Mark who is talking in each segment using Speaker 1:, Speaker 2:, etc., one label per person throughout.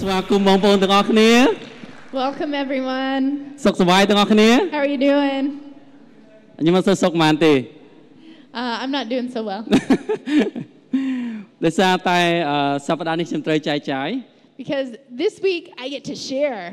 Speaker 1: ស្វាគមន៍បងប្អូនទាំងអស់គ្នា
Speaker 2: Welcome everyone.
Speaker 1: សុខសប្បាយទាំងអស់គ្នា
Speaker 2: How are you doing?
Speaker 1: ខ្ញុំមិនសូវសុខប៉ុន្មានទេ
Speaker 2: Uh, I'm not doing so well
Speaker 1: ដោយសារតែអឺសប្តាហ៍នេះខ្ញុំត្រូវចែកចាយ
Speaker 2: because this week I get to share,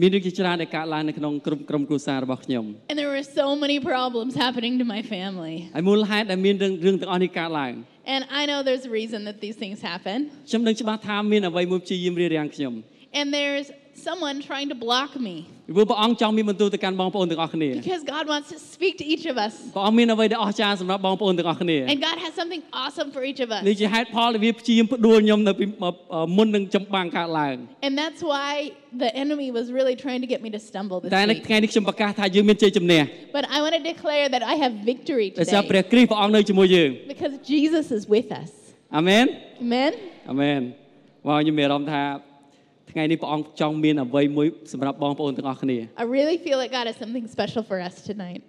Speaker 1: មានរឿងជាច្រើនដែលកើតឡើងនៅក្នុងក្រុមក្រុមគ្រួសាររបស់ខ្ញុំ
Speaker 2: and there were so many problems happening to my family.
Speaker 1: ហើយមូលហេតុដែលមានរឿងរឿងទាំងអស់នេះកើតឡើង
Speaker 2: And I know there's a reason that these things happen,
Speaker 1: ខ្ញុំនឹងច្បាស់ថាមានអ្វីមួយព្យាយាមរារាំងខ្ញុំ
Speaker 2: and there's someone trying to block me
Speaker 1: ពីព្រោះព្រះអង្គចង់មានបន្ទូលទៅកាន់បងប្អូនទាំងអស់គ្នា
Speaker 2: because God wants to speak to each of us,
Speaker 1: ព្រះអង្គមានអ្វីដែលអស្ចារ្យសម្រាប់បងប្អូនទាំងអស់គ្នា
Speaker 2: and God has something awesome for each of us.
Speaker 1: នេះជាហេតុផលដែលវាព្យាយាមផ្ដួលខ្ញុំនៅពីអឺមុននឹងចម្បាំងកើតឡើង
Speaker 2: And that's why the enemy was really trying to get me to stumble this
Speaker 1: តែនៅ
Speaker 2: week.
Speaker 1: ថ្ងៃនេះខ្ញុំប្រកាសថាយើងមានជ័យជំនះ
Speaker 2: But I want to declare that I have victory
Speaker 1: ដោយសារព្រះ
Speaker 2: today
Speaker 1: គ្រីស្ទព្រះអង្គនៅជាមួយយើង
Speaker 2: because Jesus is with us.
Speaker 1: អាមែន
Speaker 2: Amen.
Speaker 1: អាមែនមកខ្ញុំមានអារម្មណ៍ថាថ្ងៃនេះព្រះអង្គចង់មានអ្វីមួយសម្រាប់បងប្អូនទាំងអស់គ្នា
Speaker 2: I really feel that God has something special for us tonight.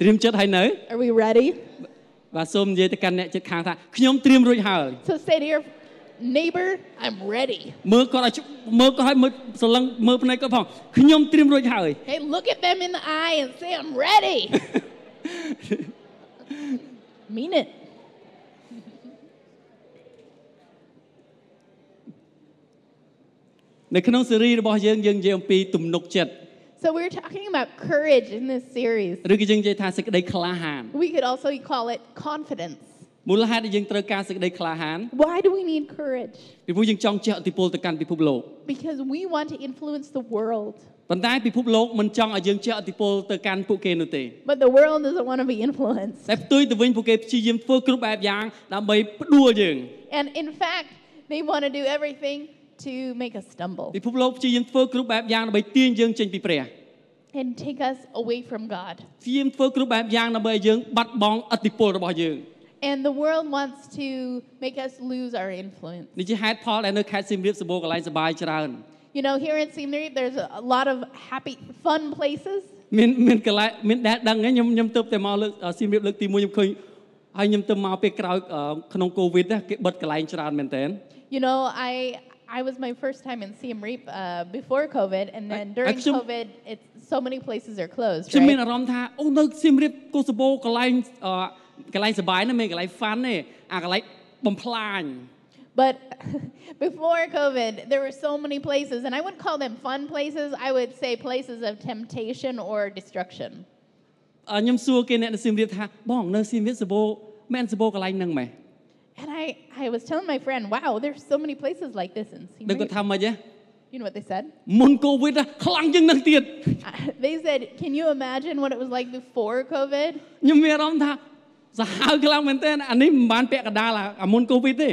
Speaker 1: ត្រៀមចិត្តហើយនៅ
Speaker 2: Are we ready?
Speaker 1: បាទសូមនិយាយទៅកាន់អ្នកចិត្តខាងថាខ្ញុំត្រៀមរួចហើយ
Speaker 2: So say to your neighbor, I'm ready.
Speaker 1: មើលគាត់ឲ្យជមើលគាត់ឲ្យមើលសន្លឹងមើលភ្នែកគាត់ផងខ្ញុំត្រៀមរួចហើយ
Speaker 2: Hey, look at them in the eye and say, I'm ready. mean it.
Speaker 1: នៅក្នុងស៊េរីរបស់យើងយើងនិយាយអំពីទំនុកចិត្ត
Speaker 2: So we're talking about courage in this series.
Speaker 1: ឬក៏យើងនិយាយថាសេចក្តីក្លាហាន
Speaker 2: We could also call it confidence.
Speaker 1: មូលហេតុដែលយើងត្រូវការសេចក្តីក្លាហាន
Speaker 2: Why do we need courage?
Speaker 1: ពីព្រោះយើងចង់ជះឥទ្ធិពលទៅកាន់ពិភពលោក
Speaker 2: Because we want to influence the world.
Speaker 1: ប៉ុន្តែពិភពលោកមិនចង់ឲ្យយើងជះឥទ្ធិពលទៅកាន់ពួកគេនោះទេ
Speaker 2: But the world doesn't want to be influenced.
Speaker 1: តែផ្ទុយទៅវិញពួកគេព្យាយាមធ្វើគ្រប់បែបយ៉ាងដើម្បីផ្ដួលយើង
Speaker 2: And in fact, they want to do everything to make us stumble
Speaker 1: ពិភពលោកព្យាយាមធ្វើគ្រប់បែបយ៉ាងដើម្បីទាញយើងចេញពីព្រះ
Speaker 2: and take us away from God.
Speaker 1: ព្យាយាមធ្វើគ្រប់បែបយ៉ាងដើម្បីឲ្យយើងបាត់បង់ឥទ្ធិពលរបស់យើង
Speaker 2: And the world wants to make us lose our influence.
Speaker 1: នេះជាហេតុផលដែលនៅខេត្តសៀមរាបសម្បូរកន្លែងសប្បាយច្រើន
Speaker 2: You know, here in Siem Reap, there's a a lot of happy, fun places.
Speaker 1: មានមានកន្លែងមានដែលដឹងហ្នឹងខ្ញុំខ្ញុំទៅតែមកលើកអ่าសៀមរាបលើកទី1ខ្ញុំឃើញហើយខ្ញុំទៅមកពេលក្រោយអ่าក្នុងកូវីដគេបិទកន្លែងច្រើនមែនតើ
Speaker 2: You know, I I was my first time in Siem Reap uh, before COVID, and then
Speaker 1: I-
Speaker 2: during
Speaker 1: actually-
Speaker 2: COVID, it's so many places are closed.
Speaker 1: ខ្ញុំមាន
Speaker 2: Right?
Speaker 1: អារម្មណ៍ថាអូនៅសៀមរាបកូសបោកន្លែងអ่ากន្លែងសប្បាយណាស់មានកន្លែង fun ទេអាកន្លែងបំផ្លាញ
Speaker 2: But before COVID, there were so many places, and I wouldn't call them fun places. I would say places of temptation or destruction.
Speaker 1: អ่าខ្ញុំសួរគេអ្នកនៅសៀមរាបថាបងនៅសៀមរាបសបោមែនសបោកន្លែងហ្នឹងម៉េច
Speaker 2: And I, I was telling my friend, wow, there's so many places like this in Siem
Speaker 1: ដល់គាត់
Speaker 2: Reap.
Speaker 1: ថាម៉េចហ៎
Speaker 2: You know what they said?
Speaker 1: មុនកូវីដខ្លាំងជាងហ្នឹងទៀត
Speaker 2: I- they said, "Can you imagine what it was like before COVID?"
Speaker 1: ខ្ញុំមានអារម្មណ៍ថាសាហាវខ្លាំងមែនតើអានេះមិនបានពាក់កណ្ដាលអាអាមុនកូវីដទេ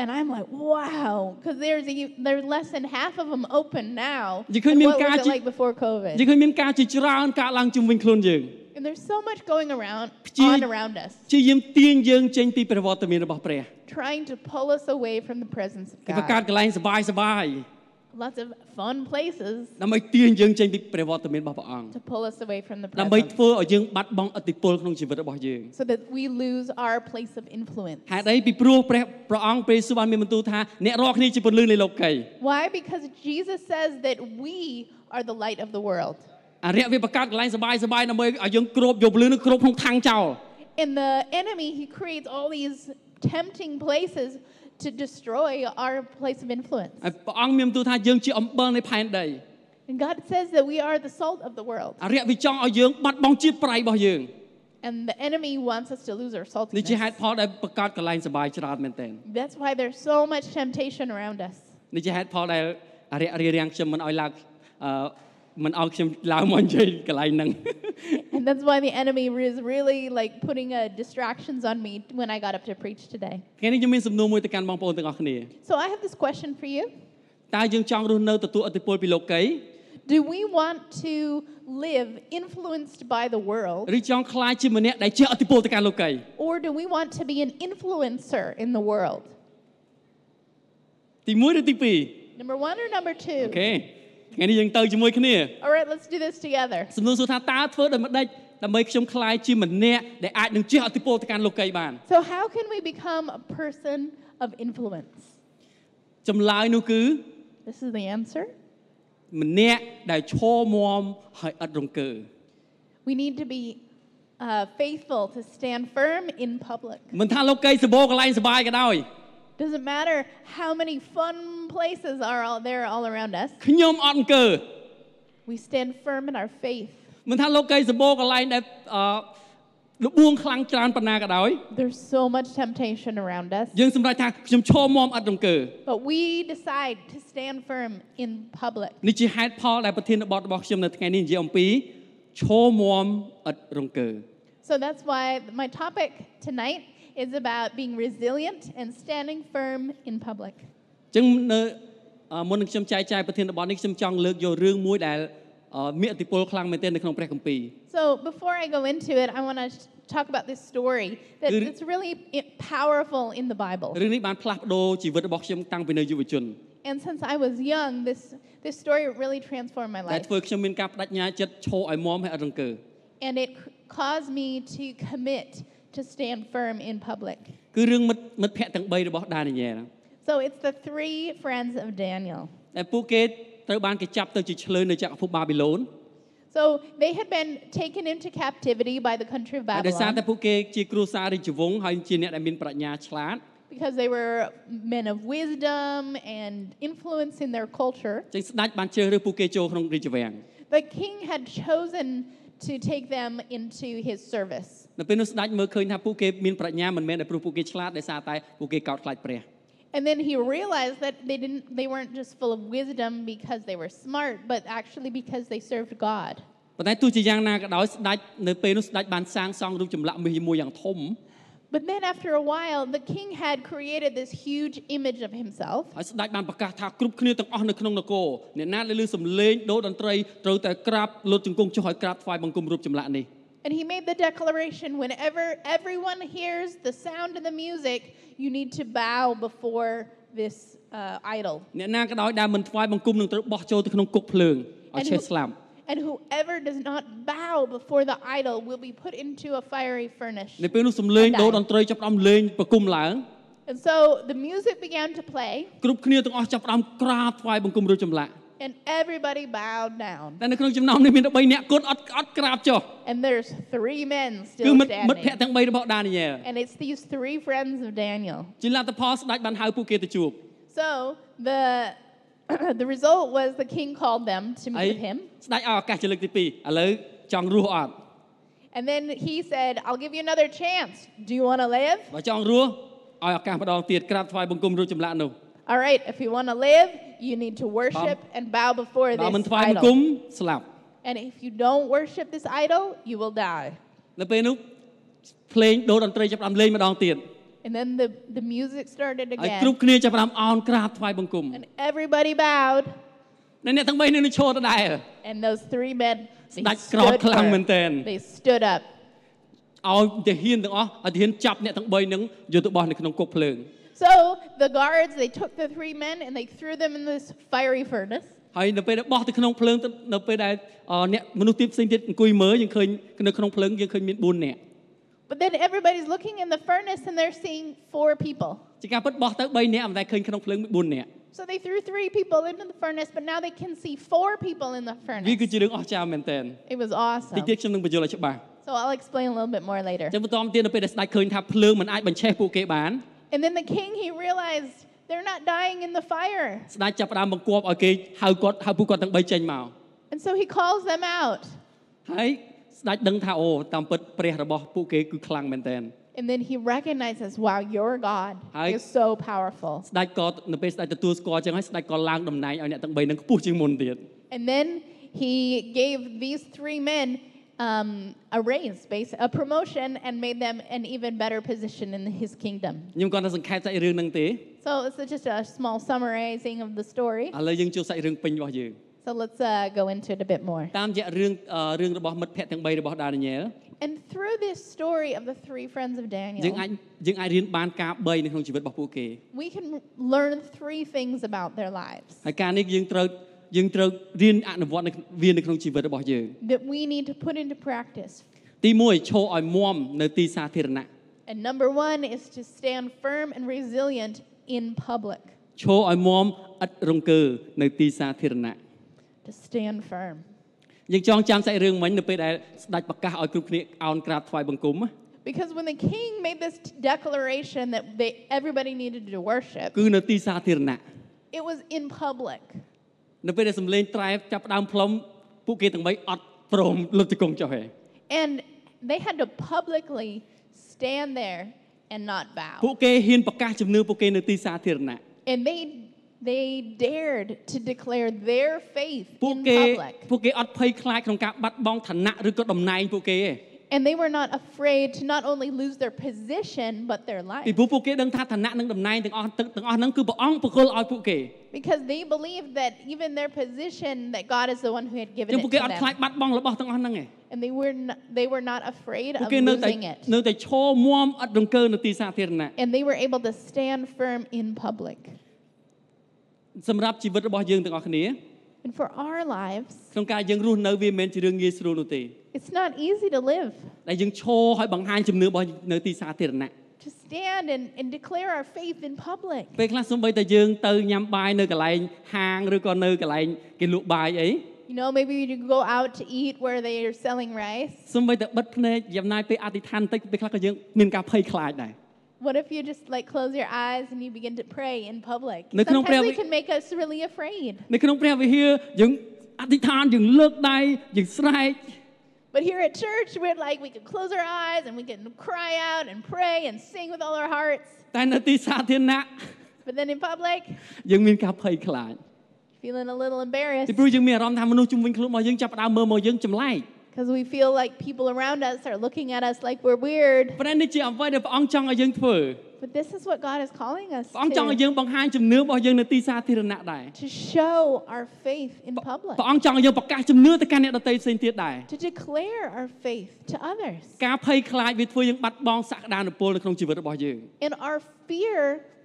Speaker 2: And I'm like, "Wow," because there's e there's less than half of them open now.
Speaker 1: You couldn't
Speaker 2: and
Speaker 1: even
Speaker 2: what was
Speaker 1: catch
Speaker 2: it
Speaker 1: it.
Speaker 2: like before
Speaker 1: និយា
Speaker 2: COVID?
Speaker 1: យឃើញមានការជាច្រើនកើតឡើងជុំវិញខ្លួនយើង
Speaker 2: And there's so much going around
Speaker 1: Gee.
Speaker 2: on around us,
Speaker 1: ជាយាមទាញយើងចេញពីប្រវត្តិមានរបស់ព្រះ
Speaker 2: trying to pull us away from the presence of
Speaker 1: គេបង្កើត
Speaker 2: God.
Speaker 1: កន្លែងសបាយសបាយ
Speaker 2: Lots of fun places
Speaker 1: ដើម្បីទាញយើងចេញពីប្រវត្តិមានរបស់ព្រះអង្គ
Speaker 2: to pull us away from the
Speaker 1: ដើម្បី
Speaker 2: presence,
Speaker 1: ធ្វើឲ្យយើងបាត់បង់អតិពលក្នុងជីវិតរបស់យើង
Speaker 2: so that we lose our place of influence.
Speaker 1: ហេតុអីពីព្រោះព្រះព្រះអង្គព្រះយេស៊ូវបានមានបន្ទូលថាអ្នករាល់គ្នាជាពន្លឺនៃលោកី
Speaker 2: Why? Because Jesus says that we are the light of the world.
Speaker 1: អរិយវាបង្កើតកន្លែងសបាយសបាយដើម្បីឲ្យយើងគ្របយកពន្លឺនឹងគ្របក្នុងថាំងចោល
Speaker 2: And the enemy, he creates all these tempting places to destroy our place of influence.
Speaker 1: ហើយព្រះអង្គមានបន្ទូលថាយើងជាអំបិលនៃផែនដី
Speaker 2: And God says that we are the salt of the world.
Speaker 1: អរិយវាចង់ឲ្យយើងបាត់បង់ជាតិប្រៃរបស់យើង
Speaker 2: And the enemy wants us to lose our
Speaker 1: នេះជាហេ
Speaker 2: saltiness.
Speaker 1: តុផលដែលបង្កើតកន្លែងសបាយច្រើនមែនទែន
Speaker 2: That's why there's so much temptation around us.
Speaker 1: នេះជាហេតុផលដែលអរិយរារាំងខ្ញុំមិនឲ្យឡើងអឺមិនឲ្យខ្ញុំឡើងមកនិយាយកន្លែងហ្នឹង
Speaker 2: And that's why the enemy is really like putting uh, distractions on me when I got up to preach today.
Speaker 1: ថ្ងៃនេះខ្ញុំមានសំណួរមួយទៅកាន់បងប្អូនទាំងអស់គ្នា
Speaker 2: So I have this question for you.
Speaker 1: តើយើងចង់រស់នៅទទួលឥទ្ធិពលពីលោកី
Speaker 2: Do we want to live influenced by the world
Speaker 1: ឬចង់ខ្លាចជាម្នាក់ដែលជាឥទ្ធិពលទៅកាន់លោកី
Speaker 2: or do we want to be an influencer in the world?
Speaker 1: ទី1ឬទី2
Speaker 2: Number one or number two?
Speaker 1: អូខេថ្ងៃនេះយើងទៅជាមួយគ្នា
Speaker 2: All right, let's do this together.
Speaker 1: សំណួរសួរថាតើធ្វើដោយម្ដេចដើម្បីខ្ញុំខ្លាយជាម្នាក់ដែលអាចនឹងជះឥទ្ធិពលទៅកាន់លោកីបាន
Speaker 2: So, how can we become a person of influence?
Speaker 1: ចម្លើយនោះគឺ
Speaker 2: This is the answer.
Speaker 1: ម្នាក់ដែលឈរមាំហើយឥតរង្គើ
Speaker 2: We need to be uh, faithful to stand firm in public.
Speaker 1: មិនថាលោកកៃសបោកន្លែងសបាយក៏ដោយ
Speaker 2: Doesn't matter how many fun places are all there all around us.
Speaker 1: ខ្ញុំអត់អង្គើ
Speaker 2: We stand firm in our faith.
Speaker 1: មិនថាលោកកៃសបោកន្លែងដែលអឺលបួងខ្លាំងច្រើនប៉ុណ្ណាក៏ដោយ
Speaker 2: There's so much temptation around us,
Speaker 1: យើងសម្រេចថាខ្ញុំឈរមាំឥតរង្គើ
Speaker 2: but we decide to stand firm in public.
Speaker 1: នេះជាហេតុផលដែលប្រធានបទរបស់ខ្ញុំនៅថ្ងៃនេះនិយាយអំពីឈរមាំឥតរង្គើ
Speaker 2: So that's why my topic tonight is about being resilient and standing firm in public.
Speaker 1: អញ្ចឹងនៅអឺមុននឹងខ្ញុំចែកចាយប្រធានបទនេះខ្ញុំចង់លើកយករឿងមួយដែលអឺមានឥទ្ធិពលខ្លាំងមែនទែននៅក្នុងព្រះគម្ពីរ
Speaker 2: So before I go into it, I want to talk about this story that
Speaker 1: Good.
Speaker 2: it's really i- powerful in the Bible.
Speaker 1: រឿងនេះបានផ្លាស់ប្ដូរជីវិតរបស់ខ្ញុំតាំងពីនៅយុវជន
Speaker 2: And since I was young, this this story really transformed my
Speaker 1: ដែល
Speaker 2: life,
Speaker 1: ធ្វើខ្ញុំមានការបដិញ្ញាចិត្តឈរឲ្យមាំហើយអត់រង្គើ
Speaker 2: and it c- caused me to commit to stand firm in public.
Speaker 1: គឺរឿងមិត្តមិត្តភ័ក្តិទាំង3របស់ដានីយ៉ែល
Speaker 2: So it's the three friends of Daniel.
Speaker 1: ដែលពួកគេត្រូវបានគេចាប់ទៅជាឈ្លើនៅចក្រភពបាប៊ីឡូន
Speaker 2: So they had been taken into captivity by the country of
Speaker 1: ហើយដោយសារតែ
Speaker 2: Babylon
Speaker 1: ពួកគេជាគ្រួសាររាជវង្សហើយជាអ្នកដែលមានប្រាជ្ញាឆ្លាត
Speaker 2: because they were men of wisdom and influence in their culture.
Speaker 1: អញ្ចឹងស្ដេចបានជ្រើសរើសពួកគេចូលក្នុងរាជវាំង
Speaker 2: The king had chosen to take them into his service.
Speaker 1: នៅពេលនោះស្ដេចមើលឃើញថាពួកគេមានប្រាជ្ញាមិនមែនតែព្រោះពួកគេឆ្លាតដោយសារតែពួកគេកោតខ្លាចព្រះ
Speaker 2: And then he realized that they didn't they weren't just full of wisdom because they were smart, but actually because they served God.
Speaker 1: ប៉ុន្តែទោះជាយ៉ាងណាក៏ដោយស្ដេចនៅពេលនោះស្ដេចបានសាងសង់រូបចម្លាក់មាសមួយយ៉ាងធំ
Speaker 2: But then after a while, the king had created this huge image of himself.
Speaker 1: ហើយស្ដេចបានប្រកាសថាគ្រប់គ្នាទាំងអស់នៅក្នុងនគរអ្នកណាដែលឮសំឡេងដូរតន្ត្រីត្រូវតែក្រាបលុតជង្គង់ចុះឲ្យក្រាបថ្វាយបង្គំរូបចម្លាក់នេះ
Speaker 2: And he made the declaration whenever everyone hears the sound of the music, you need to bow before this uh, idol.
Speaker 1: អ្នកណាក៏ដោយដែលមិនថ្វាយបង្គំនឹងត្រូវបោះចូលទៅក្នុងគុកភ្លើងឲ្យ
Speaker 2: And
Speaker 1: ឆេះ
Speaker 2: who-
Speaker 1: ស្លាប់
Speaker 2: And whoever does not bow before the idol will be put into a fiery furnace.
Speaker 1: នៅពេលនោះសំឡេង
Speaker 2: ប
Speaker 1: ដូ
Speaker 2: ណ្ដាល
Speaker 1: រតន្ត្រីចាប់ផ្ដើមលេងប្រគំឡើង
Speaker 2: And so the music began to play,
Speaker 1: គ្រប់គ្នាទាំងអស់ចាប់ផ្ដើមក្រាបថ្វាយបង្គំរូបចម្លាក់
Speaker 2: and everybody bowed down.
Speaker 1: តែនៅក្នុងចំណោមនេះមាន13នាក់គត់អត់អត់ក្រាបចុះ
Speaker 2: And there's three men
Speaker 1: គឺ
Speaker 2: still
Speaker 1: មិត្តមិត្តភ័ក្តិ
Speaker 2: standing.
Speaker 1: ទាំង3របស់ដានីយ៉ែល
Speaker 2: And it's these three friends of Daniel.
Speaker 1: ជាលទ្ធផលស្ដេចបានហៅពួកគេទៅជួប
Speaker 2: So the the result was the king called them to
Speaker 1: ហើ
Speaker 2: meet
Speaker 1: យ
Speaker 2: with him.
Speaker 1: ស្ដេចឲ្យឱកាសជាលើកទី2ឥឡូវចង់រស់អត់
Speaker 2: And then he said, I'll give you another chance. Do you want to live?
Speaker 1: បើចង់រស់ឲ្យឱកាសម្ដងទៀតក្រាបថ្វាយបង្គំរូបចម្លាក់នោះ
Speaker 2: All right, if you want to live, you need to worship and bow before
Speaker 1: បើមិន
Speaker 2: this
Speaker 1: ថ្វាយបង្គំ
Speaker 2: idol.
Speaker 1: ស្លាប់
Speaker 2: And if you don't worship this idol, you will die.
Speaker 1: នៅពេលនោះភ្លេងដូរតន្ត្រីចាប់ផ្ដើមលេងម្ដងទៀត
Speaker 2: And then the, the music started
Speaker 1: ហើយគ្រប់
Speaker 2: again.
Speaker 1: គ្នាចាប់ផ្ដើមអោនក្រាបថ្វាយបង្គំ
Speaker 2: And everybody bowed.
Speaker 1: នៅអ្នកទាំង3នេះនឹងឈរដដែល
Speaker 2: And those three men, they
Speaker 1: ស្ដេចក្រោធ
Speaker 2: stood,
Speaker 1: ខ្លាំង
Speaker 2: firm.
Speaker 1: មែនទែន
Speaker 2: they stood up.
Speaker 1: ឲ្យទាហានទាំងអស់ឲ្យទាហានចាប់អ្នកទាំង3នឹងយកទៅបោះនៅក្នុងគុកភ្លើង
Speaker 2: So the guards, they took the three men and they threw them in this fiery furnace.
Speaker 1: ហើយនៅពេលដែលបោះទៅក្នុងភ្លើងទៅនៅពេលដែលអអ្នកមនុស្សទីផ្សេងទៀតអង្គុយមើលយើងឃើញនៅក្នុងភ្លើងយើងឃើញមាន4នាក់
Speaker 2: But then everybody's looking in the furnace and they're seeing four people.
Speaker 1: ជាការពិតបោះទៅ3នាក់មិនតែឃើញក្នុងភ្លើងមាន4នាក់
Speaker 2: So they threw three people into the furnace, but now they can see four people in the
Speaker 1: វា
Speaker 2: furnace.
Speaker 1: គឺជារឿងអស្ចារ្យមែនទែន
Speaker 2: It was
Speaker 1: តិច
Speaker 2: awesome.
Speaker 1: ទៀតខ្ញុំនឹងបញ្យល់ឲ្យច្បាស់
Speaker 2: So I'll explain a little bit more later.
Speaker 1: ចឹងបន្តមកទៀតនៅពេលដែលស្ដេចឃើញថាភ្លើងមិនអាចបញ្ឆេះពួកគេបាន
Speaker 2: And then the king, he realized they're not dying in the fire.
Speaker 1: ស្ដេចចាប់ផ្ដើមបង្គាប់ឲ្យគេហៅគាត់ហៅពួកគាត់ទាំង3ចេញមក
Speaker 2: And so he calls them out.
Speaker 1: ហើយស្ដេចដឹងថាអូតាមពិតព្រះរបស់ពួកគេគឺខ្លាំងមែនទែន
Speaker 2: And then he recognizes, wow, your God
Speaker 1: Hi.
Speaker 2: is so powerful.
Speaker 1: ស្ដេចក៏នៅពេលស្ដេចទទួលស្គាល់ចឹងហើយស្ដេចក៏ឡើងតំណែងឲ្យអ្នកទាំង3នឹងខ្ពស់ជាងមុនទៀត
Speaker 2: And then he gave these three men um, a raise, base, a promotion, and made them an even better position in his kingdom.
Speaker 1: ខ្ញុំគាត់ថាសង្ខេបសាច់រឿងហ្នឹងទេ
Speaker 2: So it's just a small summarizing of the story.
Speaker 1: ឥឡូវយើងចូលសាច់រឿងពេញរបស់យើង
Speaker 2: So let's uh, go into it a bit more.
Speaker 1: តាមរយៈរឿងអឺរឿងរបស់មិត្តភ័ក្តិទាំង3របស់ដានីយ៉ែល
Speaker 2: And through this story of the three friends of
Speaker 1: យើង
Speaker 2: Daniel,
Speaker 1: អាចយើងអាចរៀនបានការ3នៅក្នុងជីវិតរបស់ពួកគេ
Speaker 2: we can learn three things about their lives
Speaker 1: ហើយការនេះយើងត្រូវយើងត្រូវរៀនអនុវត្តនៅក្នុងវានៅក្នុងជីវិតរបស់យើង
Speaker 2: that we need to put into practice.
Speaker 1: ទី1ឈរឲ្យមាំនៅទីសាធារណៈ
Speaker 2: And number one is to stand firm and resilient in public.
Speaker 1: ឈរឲ្យមាំឥតរង្គើនៅទីសាធារណៈ
Speaker 2: to stand firm.
Speaker 1: យើងចងចាំសាច់រឿងមិញនៅពេលដែលស្ដេចប្រកាសឲ្យគ្រប់គ្នាអោនក្រាបថ្វាយបង្គំណា
Speaker 2: Because when the king made this declaration that they, everybody needed to worship,
Speaker 1: គឺនៅទីសាធារណៈ
Speaker 2: it was in public.
Speaker 1: នៅពេលដែលសំលេងត្រែចាប់ផ្ដើមផ្លុំពួកគេទាំងបីអត់ព្រមលុបជង្គង់ចុះហេ
Speaker 2: And they had to publicly stand there and not
Speaker 1: ពួក
Speaker 2: bow.
Speaker 1: គេហ៊ានប្រកាសជំនឿពួកគេនៅទីសាធារណៈ
Speaker 2: And they they dared to declare their faith
Speaker 1: ពួក
Speaker 2: in
Speaker 1: គេ
Speaker 2: public.
Speaker 1: ពួកគេអត់ភ័យខ្លាចក្នុងការបាត់បង់ឋានៈឬក៏តំណែងពួកគេទេ
Speaker 2: And they were not afraid to not only lose their position but their
Speaker 1: ពី
Speaker 2: life.
Speaker 1: ព្រោះពួកគេដឹងថាឋានៈនិងតំណែងទាំងអស់ទាំងទាំងអស់ហ្នឹងគឺព្រះអង្គប្រគល់ឲ្យពួកគេ
Speaker 2: Because they believed that even their position that God is the one who had
Speaker 1: អ
Speaker 2: given
Speaker 1: ញ្ចឹង
Speaker 2: it
Speaker 1: ពួក
Speaker 2: to
Speaker 1: គេអត់ខ្លាច
Speaker 2: them.
Speaker 1: បាត់បង់របស់ទាំងអស់ហ្នឹងឯង
Speaker 2: And they were not, they were not afraid
Speaker 1: ពួក
Speaker 2: of
Speaker 1: គេនៅតែ
Speaker 2: losing it.
Speaker 1: នៅតែឈរមាំឥតរង្គើនៅទីសាធារណៈ
Speaker 2: and they were able to stand firm in public.
Speaker 1: សម្រាប់ជីវិតរបស់យើងទាំងអស់គ្នា
Speaker 2: And for our lives,
Speaker 1: ក្នុងការយើងរស់នៅវាមិនមែនជារឿងងាយស្រួលនោះទេ
Speaker 2: it's not easy to live,
Speaker 1: ដែលយើងឈរឲ្យបង្ហាញជំនឿរបស់នៅទីសាធារណៈ
Speaker 2: to stand and, and declare our faith in public.
Speaker 1: ពេលខ្លះសូម្បីតែយើងទៅញ៉ាំបាយនៅកន្លែងហាងឬក៏នៅកន្លែងគេលក់បាយអី
Speaker 2: You know, maybe you go out to eat where they are selling rice.
Speaker 1: សូម្បីតែបិទភ្នែកចំណាយពេលអធិដ្ឋានបន្តិចពេលខ្លះក៏យើងមានការភ័យខ្លាចដែរ
Speaker 2: What if you just like close your eyes and you begin to pray in public?
Speaker 1: No, kung
Speaker 2: Sometimes
Speaker 1: pray-
Speaker 2: it can make us really afraid.
Speaker 1: នៅក្នុងព្រះវិហារយើងអធិដ្ឋានយើងលើកដៃយើងស្រែក
Speaker 2: But here at church, we're like, we can close our eyes and we can cry out and pray and sing with all our hearts.
Speaker 1: តែនៅទីសាធារណៈ
Speaker 2: But then in public,
Speaker 1: យើងមានការភ័យខ្លាច
Speaker 2: feeling a little embarrassed
Speaker 1: ពីព្រោះយើងមានអារម្មណ៍ថាមនុស្សជុំវិញខ្លួនរបស់យើងចាប់ផ្ដើមមើលមកយើងចម្លែក
Speaker 2: because we feel like people around us are looking at us like we're weird.
Speaker 1: ប៉ុន្តែនេះជាអ្វីដែលព្រះអង្គចង់ឲ្យយើងធ្វើ
Speaker 2: But this is what God is calling us
Speaker 1: ព្រះអង្គចង់ឲ្យ
Speaker 2: to,
Speaker 1: យើងបង្ហាញជំនឿរបស់យើងនៅទីសាធារណៈដែរ
Speaker 2: to show our faith in public,
Speaker 1: ព្រះអង្គចង់ឲ្យយើងប្រកាសជំនឿទៅកាន់អ្នកដទៃផ្សេងទៀតដែរ
Speaker 2: to declare our faith to others.
Speaker 1: ការភ័យខ្លាចវាធ្វើយើងបាត់បង់សក្តានុពលនៅក្នុងជីវិតរបស់យើង
Speaker 2: And our fear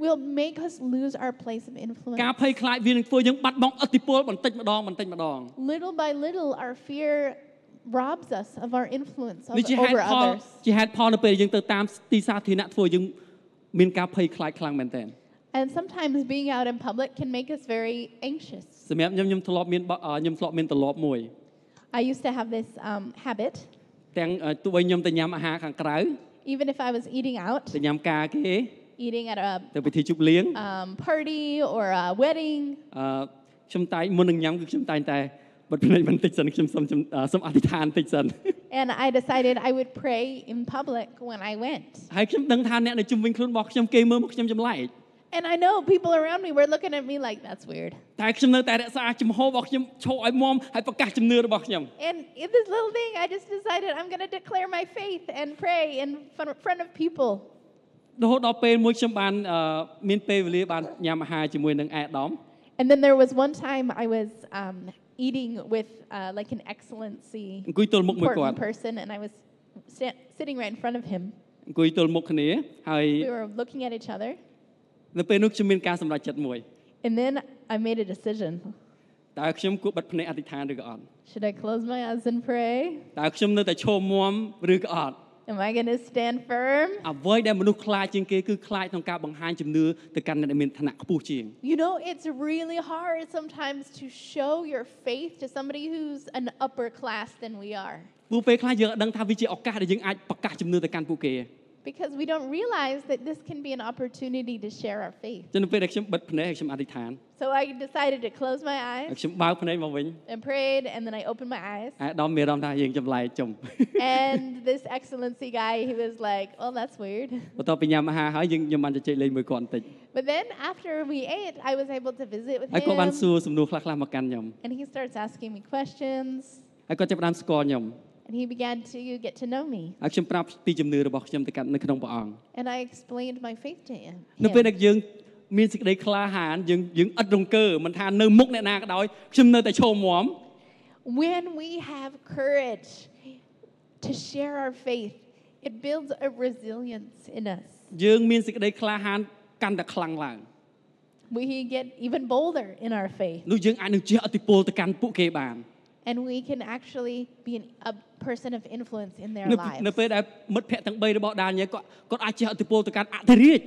Speaker 2: will make us lose our place of influence.
Speaker 1: ការភ័យខ្លាចវានឹងធ្វើយើងបាត់បង់អធិពលបន្តិចម្ដងបន្តិចម្ដង
Speaker 2: Little by little, our fear robs us of our influence of-
Speaker 1: នេះជាហេតុ
Speaker 2: over
Speaker 1: ផល
Speaker 2: others.
Speaker 1: ជាហេតុផលនៅពេលយើងទៅតាមទីសាធារណៈធ្វើយើងមានការភ័យខ្លាចខ្លាំងមែនទែន
Speaker 2: And sometimes being out in public can make us very anxious.
Speaker 1: សម្រាប់ខ្ញុំខ្ញុំធ្លាប់មានបអឺខ្ញុំធ្លាប់មានទម្លាប់មួយ
Speaker 2: I used to have this um, habit,
Speaker 1: ទាំងអឺទោះបីខ្ញុំទៅញ៉ាំអាហារខាងក្រៅ
Speaker 2: even if I was eating out,
Speaker 1: ទៅញ៉ាំការគេ
Speaker 2: eating at a
Speaker 1: ទៅពិធីជប់លៀង
Speaker 2: um, party or a wedding,
Speaker 1: អឺខ្ញុំតែងមុននឹងញ៉ាំគឺខ្ញុំតែងតែបិទភ្នែកបន្តិចសិនខ្ញុំសូមជំអឺសូមអធិដ្ឋានបន្តិច សិន
Speaker 2: And I decided I would pray in public when I went.
Speaker 1: ហើយខ្ញុំដឹងថាអ្នកនៅជុំវិញខ្លួនរបស់ខ្ញុំគេមើលមកខ្ញុំចម្លែក
Speaker 2: And I know people around me were looking at me like, that's weird.
Speaker 1: តែខ្ញុំនៅតែរក្សាជំហររបស់ខ្ញុំឈរឲ្យមាំហើយប្រកាសជំនឿរបស់ខ្ញុំ
Speaker 2: And in this little thing, I just decided I'm going to declare my faith and pray in fun- front of people.
Speaker 1: រហូតដល់ពេលមួយខ្ញុំបានអឺមានពេលវេលាបានញ៉ាំអាហារជាមួយនឹងអាដាម
Speaker 2: And then there was one time I was um, eating with uh, like an excellency
Speaker 1: អង្គុយទល់មុខមួយគាត់
Speaker 2: important person, and I was sta- sitting right in front of him.
Speaker 1: អង្គុយទល់មុខគ្នាហើយ
Speaker 2: We were looking at each other.
Speaker 1: នៅពេលនោះខ្ញុំមានការសម្រេចចិត្តមួយ
Speaker 2: And then I made a decision
Speaker 1: តើខ្ញុំគួរបិទភ្នែកអធិដ្ឋានឬក៏អត់
Speaker 2: should I close my eyes and pray?
Speaker 1: តើខ្ញុំនៅតែឈរមាំឬក៏អត់
Speaker 2: Am I going to stand firm?
Speaker 1: អ្វីដែលមនុស្សខ្លាចជាងគេគឺខ្លាចក្នុងការបង្ហាញជំនឿទៅកាន់អ្នកដែលមានឋានៈខ្ពស់ជាង
Speaker 2: You know, it's really hard sometimes to show your faith to somebody who's an upper class than we are
Speaker 1: ព្រោះពេលខ្លះយើងអត់ដឹងថាវាជាឱកាសដែលយើងអាចប្រកាសជំនឿទៅកាន់ពួកគេ
Speaker 2: because we don't realize that this can be an opportunity to share our faith.
Speaker 1: ចឹងនៅពេលដែលខ្ញុំបិទភ្នែកហើយខ្ញុំអធិដ្ឋាន
Speaker 2: So I decided to close my
Speaker 1: ហើយ
Speaker 2: eyes
Speaker 1: ខ្ញុំបើកភ្នែកមកវិញ
Speaker 2: and prayed, and then I opened my eyes.
Speaker 1: អាដាមមានអារម្មណ៍ថាយើងចម្លែកចំ
Speaker 2: And this excellency guy, he was like, Oh, that's weird.
Speaker 1: បន្ទាប់ពីញ៉ាំអាហារហើយយើងខ្ញុំបានជជែកលេងមួយគាត់បន្តិច
Speaker 2: But then after we ate, I was able to visit with
Speaker 1: ហើយគាត់បានសួ
Speaker 2: him.
Speaker 1: រសំណួរខ្លះៗមកកាន់ខ្ញុំ
Speaker 2: And he starts asking me questions,
Speaker 1: ហើយគាត់ចាប់ផ្ដើមស្គាល់ខ្ញុំ
Speaker 2: and he began to get to know me.
Speaker 1: ហើយខ្ញុំប្រាប់ពីជំនឿរបស់ខ្ញុំទៅកាន់នៅក្នុងព្រះអង្គ
Speaker 2: And I explained my faith to him.
Speaker 1: នៅពេលដែលយើងមានសេចក្តីក្លាហានយើងយើងឥតរង្គើមិនថានៅមុខអ្នកណាក៏ដោយខ្ញុំនៅតែឈរមាំ
Speaker 2: When we have courage to share our faith, it builds a resilience in us.
Speaker 1: យើងមានសេចក្តីក្លាហានកាន់តែខ្លាំងឡើង
Speaker 2: We get even bolder in our faith,
Speaker 1: នោះយើងអាចនឹងជះអតិពលទៅកាន់ពួកគេបាន
Speaker 2: and we can actually be an, a person of influence in their
Speaker 1: នៅ
Speaker 2: lives.
Speaker 1: នៅពេលដែលមិត្តភ័ក្តិទាំង3របស់ដានញ៉ែគាត់គាត់អាចជះអតិពលទៅកាន់អធិរាជ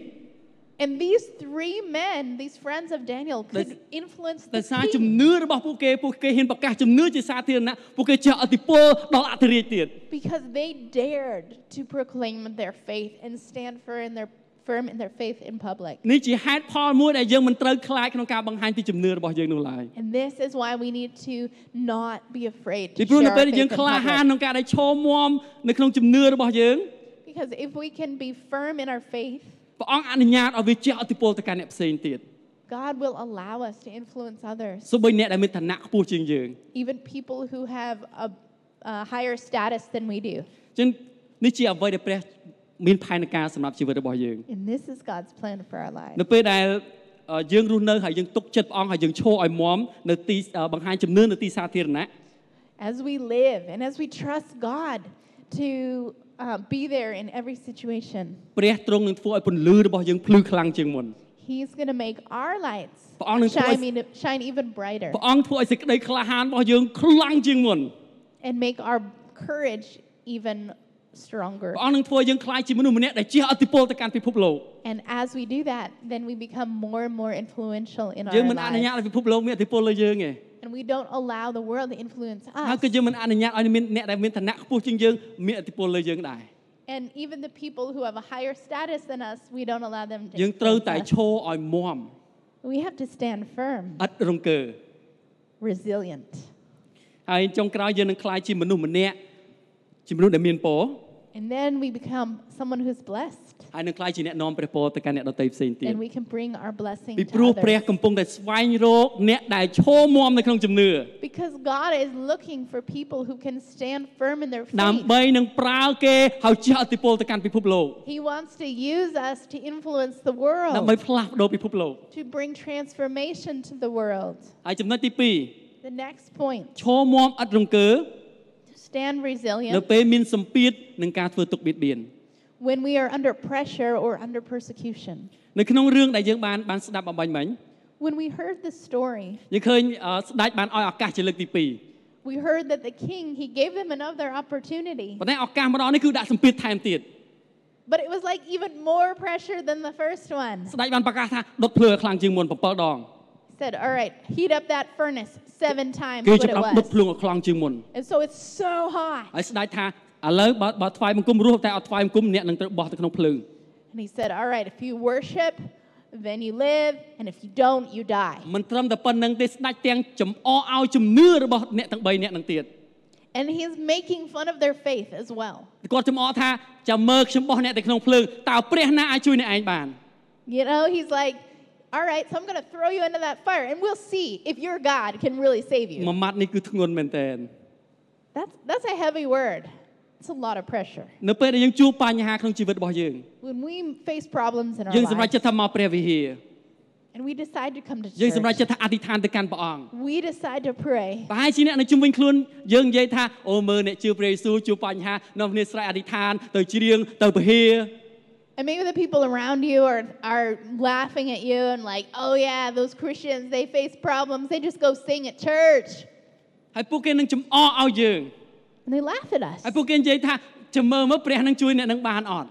Speaker 2: And these three men, these friends of Daniel, could
Speaker 1: That's-
Speaker 2: influence
Speaker 1: ដោយសារ
Speaker 2: the
Speaker 1: ជំ
Speaker 2: king
Speaker 1: នឿរបស់ពួកគេពួកគេហ៊ានប្រកាសជំនឿជាសាធារណៈពួកគេចេះអធិពលដល់អធិរាជទៀត
Speaker 2: because they dared to proclaim their faith and stand firm in their, firm in their faith in public.
Speaker 1: នេះជាហេតុផលមួយដែលយើងមិនត្រូវខ្លាចក្នុងការបង្ហាញពីជំនឿរបស់យើងនោះឡើយ
Speaker 2: And this is why we need to not be afraid
Speaker 1: ពី
Speaker 2: to
Speaker 1: ព្រោះ
Speaker 2: share
Speaker 1: នៅ
Speaker 2: our
Speaker 1: ពេល
Speaker 2: faith
Speaker 1: ដែលយើង
Speaker 2: in
Speaker 1: ក្លាហាន
Speaker 2: public.
Speaker 1: ក្នុងការដែលឈរមាំនៅក្នុងជំនឿរបស់យើង
Speaker 2: Because if we can be firm in our faith,
Speaker 1: ព្រះអង្គអនុញ្ញាតឲ្យវាជះឥទ្ធិពលទៅកាន់អ្នកផ្សេងទៀត
Speaker 2: God will allow us to influence others,
Speaker 1: សូម្បីអ្នកដែលមានឋានៈខ្ពស់ជាងយើង
Speaker 2: even people who have a, a higher status than we do.
Speaker 1: អញ្ចឹងនេះជាអ្វីដែលព្រះមានផែនការសម្រាប់ជីវិតរបស់យើង
Speaker 2: And this is God's plan for our lives.
Speaker 1: នៅពេលដែលអឺយើងរស់នៅហើយយើងទុកចិត្តព្រះអង្គហើយយើងឈរឲ្យមាំនៅទីអឺបង្ហាញជំនឿនៅទីសាធារណៈ
Speaker 2: As we live and as we trust God to uh, be there in every situation,
Speaker 1: ព្រះទ្រង់នឹងធ្វើឲ្យពន្លឺរបស់យើងភ្លឺខ្លាំងជាងមុន
Speaker 2: He's going to make our lights
Speaker 1: ព្រះអង្គនឹងធ្វើឲ្យ
Speaker 2: shine, even- shine even brighter
Speaker 1: ព្រះអង្គធ្វើឲ្យសេចក្តីក្លាហានរបស់យើងខ្លាំងជាងមុន
Speaker 2: and make our courage even stronger.
Speaker 1: ព្រះអង្គនឹងធ្វើឲ្យយើងក្លាយជាមនុស្សម្នាក់ដែលជះឥទ្ធិពលទៅកាន់ពិភពលោក
Speaker 2: And as we do that, then we become more and more influential in our
Speaker 1: យើងមិនអនុញ្ញាត
Speaker 2: lives.
Speaker 1: ឲ្យពិភពលោកមានឥទ្ធិពលលើយើងទេ
Speaker 2: And we don't allow the world to influence
Speaker 1: ហើយ
Speaker 2: us.
Speaker 1: ក៏យើងមិនអនុញ្ញាតឲ្យមានអ្នកដែលមានឋានៈខ្ពស់ជាងយើងមានឥទ្ធិពលលើយើងដែរ
Speaker 2: And even the people who have a higher status than us, we don't allow them to.
Speaker 1: យើងត្រូវ
Speaker 2: influence
Speaker 1: តែ
Speaker 2: us.
Speaker 1: ឈរឲ្យមាំ
Speaker 2: We have to stand firm,
Speaker 1: ឥតរង្គើ
Speaker 2: resilient.
Speaker 1: ហើយចុងក្រោយយើងនឹងក្លាយជាមនុស្សម្នាក់ជាមនុស្សដែលមានពរ
Speaker 2: And then we become someone who's blessed.
Speaker 1: ហើយនឹងក្លាយជាអ្នកនាំព្រះពរទៅកាន់អ្នកដទៃផ្សេងទៀត
Speaker 2: And we can bring our blessing
Speaker 1: ពីព្រោះ
Speaker 2: to
Speaker 1: ព្រះ
Speaker 2: others.
Speaker 1: កំពុងតែស្វែងរកអ្នកដែលឈរមាំនៅក្នុងជំនឿ
Speaker 2: Because God is looking for people who can stand firm in their
Speaker 1: ដើ
Speaker 2: faith.
Speaker 1: ម្បីនឹងប្រើគេហើយជះឥទ្ធិពលទៅកាន់ពិភពលោក
Speaker 2: He wants to use us to influence the
Speaker 1: ដើម្បី
Speaker 2: world,
Speaker 1: ផ្លាស់ប្ដូរពិភពលោក
Speaker 2: to bring transformation to the world.
Speaker 1: ហើយចំណុចទី
Speaker 2: The next point
Speaker 1: 2ឈរមាំឥតរង្គើ
Speaker 2: stand
Speaker 1: នៅ
Speaker 2: resilient
Speaker 1: ពេលមានសម្ពាធនឹងការធ្វើទុកបៀតបៀន
Speaker 2: when we are under pressure or under persecution.
Speaker 1: នៅក្នុងរឿងដែលយើងបានបានស្ដាប់អំបញ្ញមិញ
Speaker 2: When we heard this story,
Speaker 1: យើងឃើញអឺស្ដេចបានឲ្យឱកាសជាលើកទី
Speaker 2: we heard that the king, he gave them another
Speaker 1: 2
Speaker 2: opportunity.
Speaker 1: ប៉ុន្តែឱកាសម្ដងនេះគឺដាក់សម្ពាធថែមទៀត
Speaker 2: But it was like even more pressure than the first one.
Speaker 1: ស្ដេចបានប្រកាសថាដុតភ្លើឲ្យខ្លាំងជាងមុន7ដង
Speaker 2: Said, all right, heat up that furnace seven times
Speaker 1: គេ
Speaker 2: what it
Speaker 1: ចាប់ដុត
Speaker 2: was.
Speaker 1: ភ្លើឲ្យខ្លាំងជាងមុន
Speaker 2: And so it's so hot.
Speaker 1: ហើយស្ដេចថាឥឡូវបើបើថ្វាយបង្គំរស់តែអត់ថ្វាយបង្គំអ្នកនឹងត្រូវបោះទៅក្នុងភ្លើង
Speaker 2: And he said, all right, if you worship, then you live, and if you don't, you die.
Speaker 1: មិនត្រឹមតែប៉ុណ្្នឹងទេស្ដេចទាំងចំអឲ្យជំនឿរបស់អ្នកទាំង3អ្នកនឹងទៀត
Speaker 2: And he's making fun of their faith as well.
Speaker 1: គាត់ចំអថាចាំមើលខ្ញុំបោះអ្នកទៅក្នុងភ្លើងតើព្រះណាអាចជួយអ្នកឯងបាន
Speaker 2: You know, he's like, all right, so I'm going to throw you into that fire, and we'll see if your God can really save you.
Speaker 1: មួយម៉ាត់នេះគឺធ្ងន់មែនតើ
Speaker 2: That's, that's a heavy word. It's a lot of pressure.
Speaker 1: នៅពេលដែលយើងជួបបញ្ហាក្នុងជីវិតរបស់យើង
Speaker 2: When we face problems in our
Speaker 1: យើងសម្រេច
Speaker 2: lives
Speaker 1: ចិត្តថាមកព្រះវិហារ
Speaker 2: and we decide to come to
Speaker 1: យើងសម្រេច
Speaker 2: church,
Speaker 1: ចិត្តថាអធិដ្ឋានទៅកាន់ព្រះអង្គ
Speaker 2: we decide to pray.
Speaker 1: ប្រហែលជាអ្នកនៅជុំវិញខ្លួនយើងនិយាយថាអូមើលអ្នកជឿព្រះយេស៊ូវជួបបញ្ហានាំគ្នាស្រែកអធិដ្ឋាន ទៅច្រៀងទៅពហារ
Speaker 2: And maybe the people around you are, are laughing at you and like, oh yeah, those Christians, they face problems. They just go sing at church.
Speaker 1: ហើយពួកគេនឹងចំអឲ្យយើង
Speaker 2: And they laugh at us.
Speaker 1: ហើយពួកគេនិយាយថាចាំមើលមើលព្រះនឹងជួយអ្នកនឹងបានអត់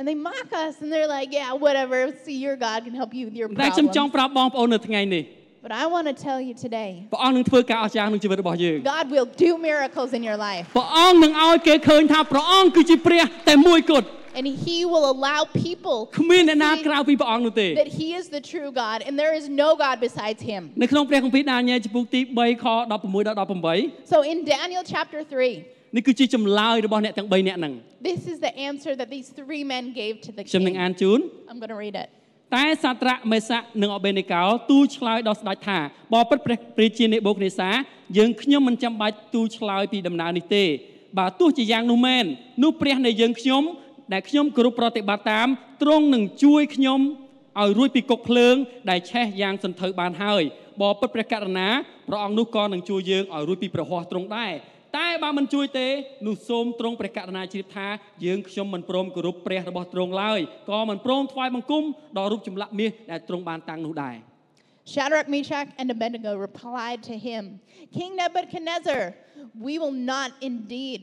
Speaker 2: And they mock us and they're like, yeah, whatever. See, your God can help you with your
Speaker 1: តែខ្ញុំចង់
Speaker 2: problems.
Speaker 1: ប្រាប់បងប្អូននៅថ្ងៃនេះ
Speaker 2: But I want to tell you today,
Speaker 1: ព្រះអង្គនឹងធ្វើការអស្ចារ្យក្នុងជីវិតរបស់យើង
Speaker 2: God will do miracles in your life.
Speaker 1: ព្រះអង្គនឹងឲ្យគេឃើញថាព្រះអង្គគឺជាព្រះតែមួយគត់
Speaker 2: And He will allow people
Speaker 1: គ្មានអ្នកណាក្រៅពីព្រះអង្គនោះទេ
Speaker 2: that He is the true God and there is no God besides Him.
Speaker 1: នៅក្នុងព្រះគម្ពីរដានីយ៉ែលចំពុកទី3ខ16ដល់18
Speaker 2: So in Daniel chapter 3,
Speaker 1: នេះគឺជាចម្លើយរបស់អ្នកទាំង3អ្នកហ្នឹង
Speaker 2: this is the answer that these three men gave to the
Speaker 1: ខ្ញុំនឹងអា
Speaker 2: king.
Speaker 1: នជូន
Speaker 2: I'm going to read it.
Speaker 1: តែសាត្រាក់មេសាក់និងអបេនេកោទូលឆ្លើយដល់ស្ដេចថាបើពិតព្រះព្រះជានេបូកនេសាយើងខ្ញុំមិនចាំបាច់ទូលឆ្លើយពីដំណើរនេះទេ បើទោះជាយ៉ាងនោះមែននោះព្រះនៃយើងខ្ញុំដែលខ្ញុំគោរពប្រតិបត្តិតាមទ្រង់នឹងជួយខ្ញុំឲ្យរួចពីគុកភ្លើង ដែលឆេះយ៉ាងសន្ធើបានហើយបើពិតព្រះករណាព្រះអង្គនោះក៏នឹងជួយយើងឲ្យរួចពីប្រហោះទ្រង់ដែរតែបើមិនជួយទេនោះសូមទ្រង់ព្រះករណាជ្រាបថាយើងខ្ញុំមិនព្រមគោរពព្រះរបស់ទ្រង់ឡើយក៏មិនព្រមថ្វាយបង្គំដល់រូបចម្លាក់មាសដែលទ្រង់បានតាំងនោះដែរ
Speaker 2: Shadrach, Meshach, and Abednego replied to him, King Nebuchadnezzar, we will not indeed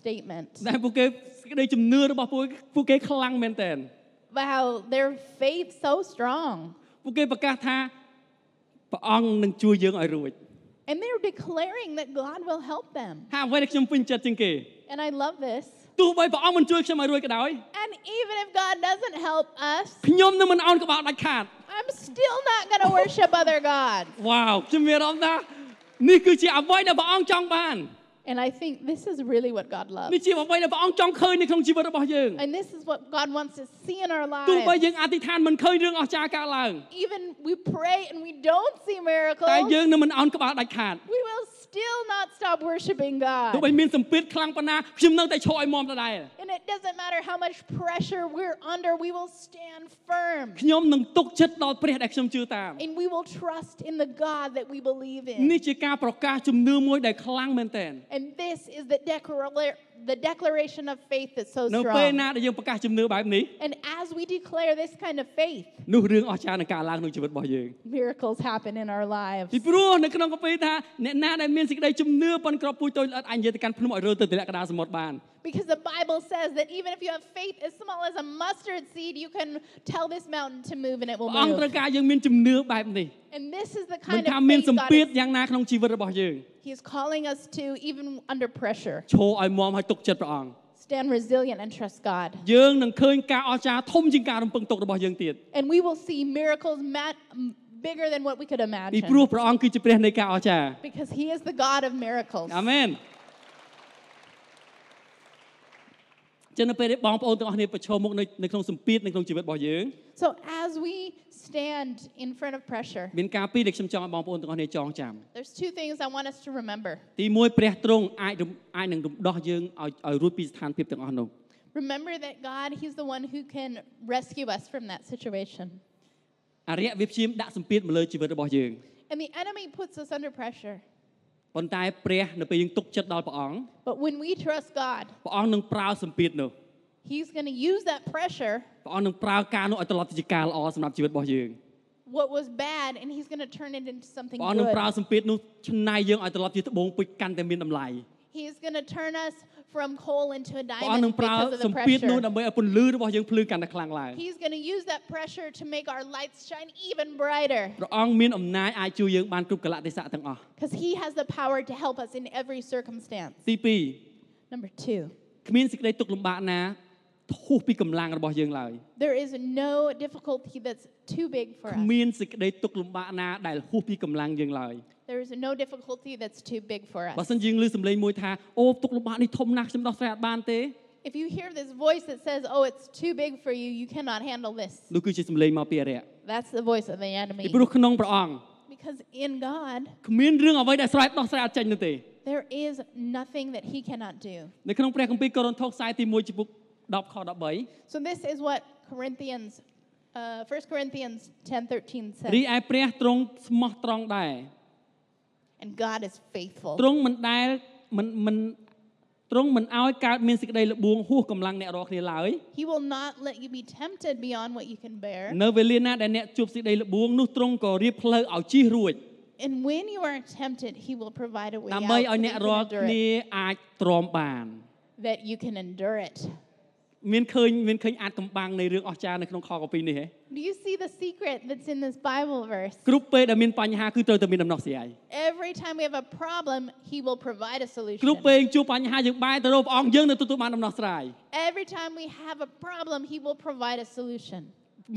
Speaker 2: statement.
Speaker 1: ដែលពួកគេសេចក្តីជំនឿរបស់ពួកគេពួកគេខ្លាំងមែនតើ
Speaker 2: Wow, their faith so strong.
Speaker 1: ពួកគេប្រកាសថាព្រះអង្គនឹងជួយយើងឲ្យរួច
Speaker 2: And they're declaring that God will help them.
Speaker 1: ហើយអ្វីដែលខ្ញុំពេញចិត្តជាងគេ
Speaker 2: And I love this.
Speaker 1: ទោះបីព្រះអង្គមិនជួយខ្ញុំឲ្យរួចក៏ដោយ
Speaker 2: And even if God doesn't help us,
Speaker 1: ខ្ញុំនឹងមិនអោនក្បាលដាច់ខាត
Speaker 2: I'm still not going to worship other gods.
Speaker 1: វ៉ាវខ្ញុំមានអារម្មណ៍ថានេះគឺជាអ្វីដែលព្រះអង្គចង់បាន
Speaker 2: And I think this is really what God
Speaker 1: នេះ
Speaker 2: loves.
Speaker 1: ជាអ្វីដែលព្រះអង្គចង់ឃើញនៅក្នុងជីវិតរបស់យើង
Speaker 2: And this is what God wants to see in our
Speaker 1: ទោះបីយើ
Speaker 2: lives.
Speaker 1: ងអធិដ្ឋានមិនឃើញរឿងអស្ចារ្យកើតឡើង
Speaker 2: Even we pray and we don't see
Speaker 1: តែ
Speaker 2: miracles,
Speaker 1: យើងនឹងមិនអោនក្បាលដាច់ខាត
Speaker 2: we will still not stop worshiping
Speaker 1: ទោះ
Speaker 2: God.
Speaker 1: បីមានសម្ពាធខ្លាំងប៉ុណ្ណាខ្ញុំនៅតែឈរឲ្យមាំដដែល
Speaker 2: And it doesn't matter how much pressure we're under, we will stand firm.
Speaker 1: ខ្ញុំនឹងទុកចិត្តដល់ព្រះដែលខ្ញុំជឿតាម
Speaker 2: And we will trust in the God that we believe in.
Speaker 1: នេះជាការប្រកាសជំនឿមួយដែលខ្លាំងមែនទែន
Speaker 2: And this is the, declara- the declaration of faith that's so
Speaker 1: នៅពេល
Speaker 2: strong.
Speaker 1: ណាដែលយើងប្រកាសជំនឿបែបនេះ
Speaker 2: And as we declare this kind of faith,
Speaker 1: នោះរឿងអស្ចារ្យនឹងកើតឡើងក្នុងជីវិតរបស់យើង
Speaker 2: miracles happen in our lives.
Speaker 1: ពីព្រោះនៅក្នុងកាពីរថាអ្នកណាដែលមានសេចក្តីជំនឿប៉ុនក្របពូជតូចល្អិតអាចនិយាយទៅកាន់ភ្នំឲ្យរើទៅទម្លាក់កណ្ដាលសមុទ្របាន
Speaker 2: Because the Bible says that even if you have faith as small as a mustard seed, you can tell this mountain to move and it will
Speaker 1: ព្រះអង្គត្រូវ
Speaker 2: move.
Speaker 1: ការយើងមានជំនឿបែបនេះ
Speaker 2: And this is the
Speaker 1: មិន
Speaker 2: kind
Speaker 1: ថា
Speaker 2: of
Speaker 1: មាន
Speaker 2: faith
Speaker 1: ស
Speaker 2: God
Speaker 1: ម្ពាធ
Speaker 2: is,
Speaker 1: យ៉ាងណាក្នុងជីវិតរបស់យើង
Speaker 2: He's calling us to, even under pressure.
Speaker 1: ឈរឲ្យមាំឲ្យទុកចិត្តព្រះអង្គ
Speaker 2: Stand resilient and trust God.
Speaker 1: យើងនឹងឃើញការអស្ចារ្យធំជាងការរំពឹងទុករបស់យើងទៀត
Speaker 2: And we will see miracles ma- m- bigger than what we could
Speaker 1: ពីព្រោះ
Speaker 2: imagine.
Speaker 1: ព្រះអង្គគឺជាព្រះនៃការអស្ចារ្យ
Speaker 2: Because He is the God of miracles.
Speaker 1: អាមែនចឹងនៅពេលដែលបងប្អូនទាំងអស់គ្នាប្រឈមមុខនៅនៅក្នុងសម្ពាធនៅក្នុងជីវិតរបស់យើង
Speaker 2: So as we stand in front of pressure,
Speaker 1: មានការពីរដែលខ្ញុំចង់ឲ្យបងប្អូនទាំងអស់គ្នាចងចាំ
Speaker 2: there's two things I want us to remember.
Speaker 1: ទីមួយព្រះទ្រង់អាចរំអាចនឹងរំដោះយើងឲ្យឲ្យរួចពីស្ថានភាពទាំងអស់នោះ
Speaker 2: Remember that God, He's the one who can rescue us from that situation.
Speaker 1: អរិយវិព្យាមដាក់សម្ពាធមកលើជីវិតរបស់យើង
Speaker 2: And the enemy puts us under pressure.
Speaker 1: ប៉ុន្តែព្រះនៅពេលយើងទុកចិត្តដល់ព្រះអង្គ
Speaker 2: But when we trust God,
Speaker 1: ព្រះអង្គនឹងប្រើសម្ពាធនោះ
Speaker 2: He's going to use that pressure,
Speaker 1: ព្រះអង្គនឹងប្រើការនោះឲ្យត្រឡប់ទៅជាការល្អសម្រាប់ជីវិតរបស់យើង
Speaker 2: what was bad, and He's going to turn it into something
Speaker 1: ព្រះអង្គនឹងប្រើ
Speaker 2: good.
Speaker 1: សម្ពាធនោះឆ្នៃយើងឲ្យត្រឡប់ជាត្បូងពេជ្រកាន់តែមានតម្លៃ
Speaker 2: He's going to turn us from coal into a
Speaker 1: ព្រះអង្គនឹង
Speaker 2: diamond
Speaker 1: ប្រើ
Speaker 2: because of the
Speaker 1: សម្ពាធនោះ
Speaker 2: pressure.
Speaker 1: ដើម្បីឲ្យពន្លឺរបស់យើងភ្លឺកាន់តែខ្លាំងឡើង
Speaker 2: He's going to use that pressure to make our lights shine even brighter
Speaker 1: ព្រះអង្គមានអំណាចអាចជួយយើងបានគ្រប់កលៈទេសៈទាំងអស់
Speaker 2: because He has the power to help us in every circumstance.
Speaker 1: ទី2
Speaker 2: Number two.
Speaker 1: គ្មានសេចក្តីទុក្ខលំបាកណាធូសពីកម្លាំងរបស់យើងឡើយ
Speaker 2: There is no difficulty that's too big for us.
Speaker 1: គ្មានសេចក្តីទុក្ខលំបាកណាដែលហួសពីកម្លាំងយើងឡើយ
Speaker 2: There is no difficulty that's too big for
Speaker 1: បើ
Speaker 2: us.
Speaker 1: សិនយើងឮសំឡេងមួយថាអូទុក្ខលំបាកនេះធំណាស់ខ្ញុំដោះស្រាយអត់បានទេ
Speaker 2: If you hear this voice that says, oh, it's too big for you, you cannot handle this,
Speaker 1: នោះគឺជាសំឡេងមកពីអរិយ
Speaker 2: that's the voice of the
Speaker 1: ពី
Speaker 2: enemy.
Speaker 1: ព្រោះក្នុងព្រះអង្គ
Speaker 2: Because in God,
Speaker 1: គ្មានរឿងអ្វីដែលស្រាយដោះស្រាយអត់ចេញនោះទេ
Speaker 2: there is nothing that he cannot do.
Speaker 1: នៅក្នុងព្រះគម្ពីរកូរិនថូសខ្សែទី1ចំពុក10ខ13
Speaker 2: So this is what Corinthians, uh, 1 Corinthians 10 13
Speaker 1: រី
Speaker 2: says.
Speaker 1: ឯព្រះទ្រង់ស្មោះត្រង់ដែរ
Speaker 2: And God is faithful.
Speaker 1: ទ្រង់មិនដែលមិនមិនទ្រង់មិនអោយកើតមានសេចក្តីល្បួងហួសកម្លាំងអ្នករាល់គ្នាឡើយ
Speaker 2: He will not let you be tempted beyond what you can bear.
Speaker 1: នៅវេលាណាដែលអ្នកជួបសេចក្តីល្បួងនោះទ្រង់ក៏រៀបផ្លូវឲ្យជិះរួច
Speaker 2: And when you are tempted, he will provide a way
Speaker 1: ដើម្បី
Speaker 2: out so
Speaker 1: ឲ្យ
Speaker 2: that
Speaker 1: អ្នក
Speaker 2: you can
Speaker 1: រាល់
Speaker 2: endure it.
Speaker 1: គ្នាអាចទ្រាំបាន
Speaker 2: that you can endure it.
Speaker 1: មានឃើញមានឃើញអាចកំបាំងនៃរឿងអស្ចារ្យនៅក្នុងខកពីរនេះហ៎
Speaker 2: Do you see the secret that's in this Bible verse?
Speaker 1: គ្រប់ពេលដែលមានបញ្ហាគឺត្រូវតែមានដំណោះស្រាយ
Speaker 2: Every time we have a problem, He will provide a
Speaker 1: គ្រប់
Speaker 2: solution.
Speaker 1: ពេលជួបបញ្ហាយើងបែរទៅរកព្រះអង្គយើងនៅទទួលបានដំណោះស្រាយ
Speaker 2: Every time we have a problem, He will provide a solution.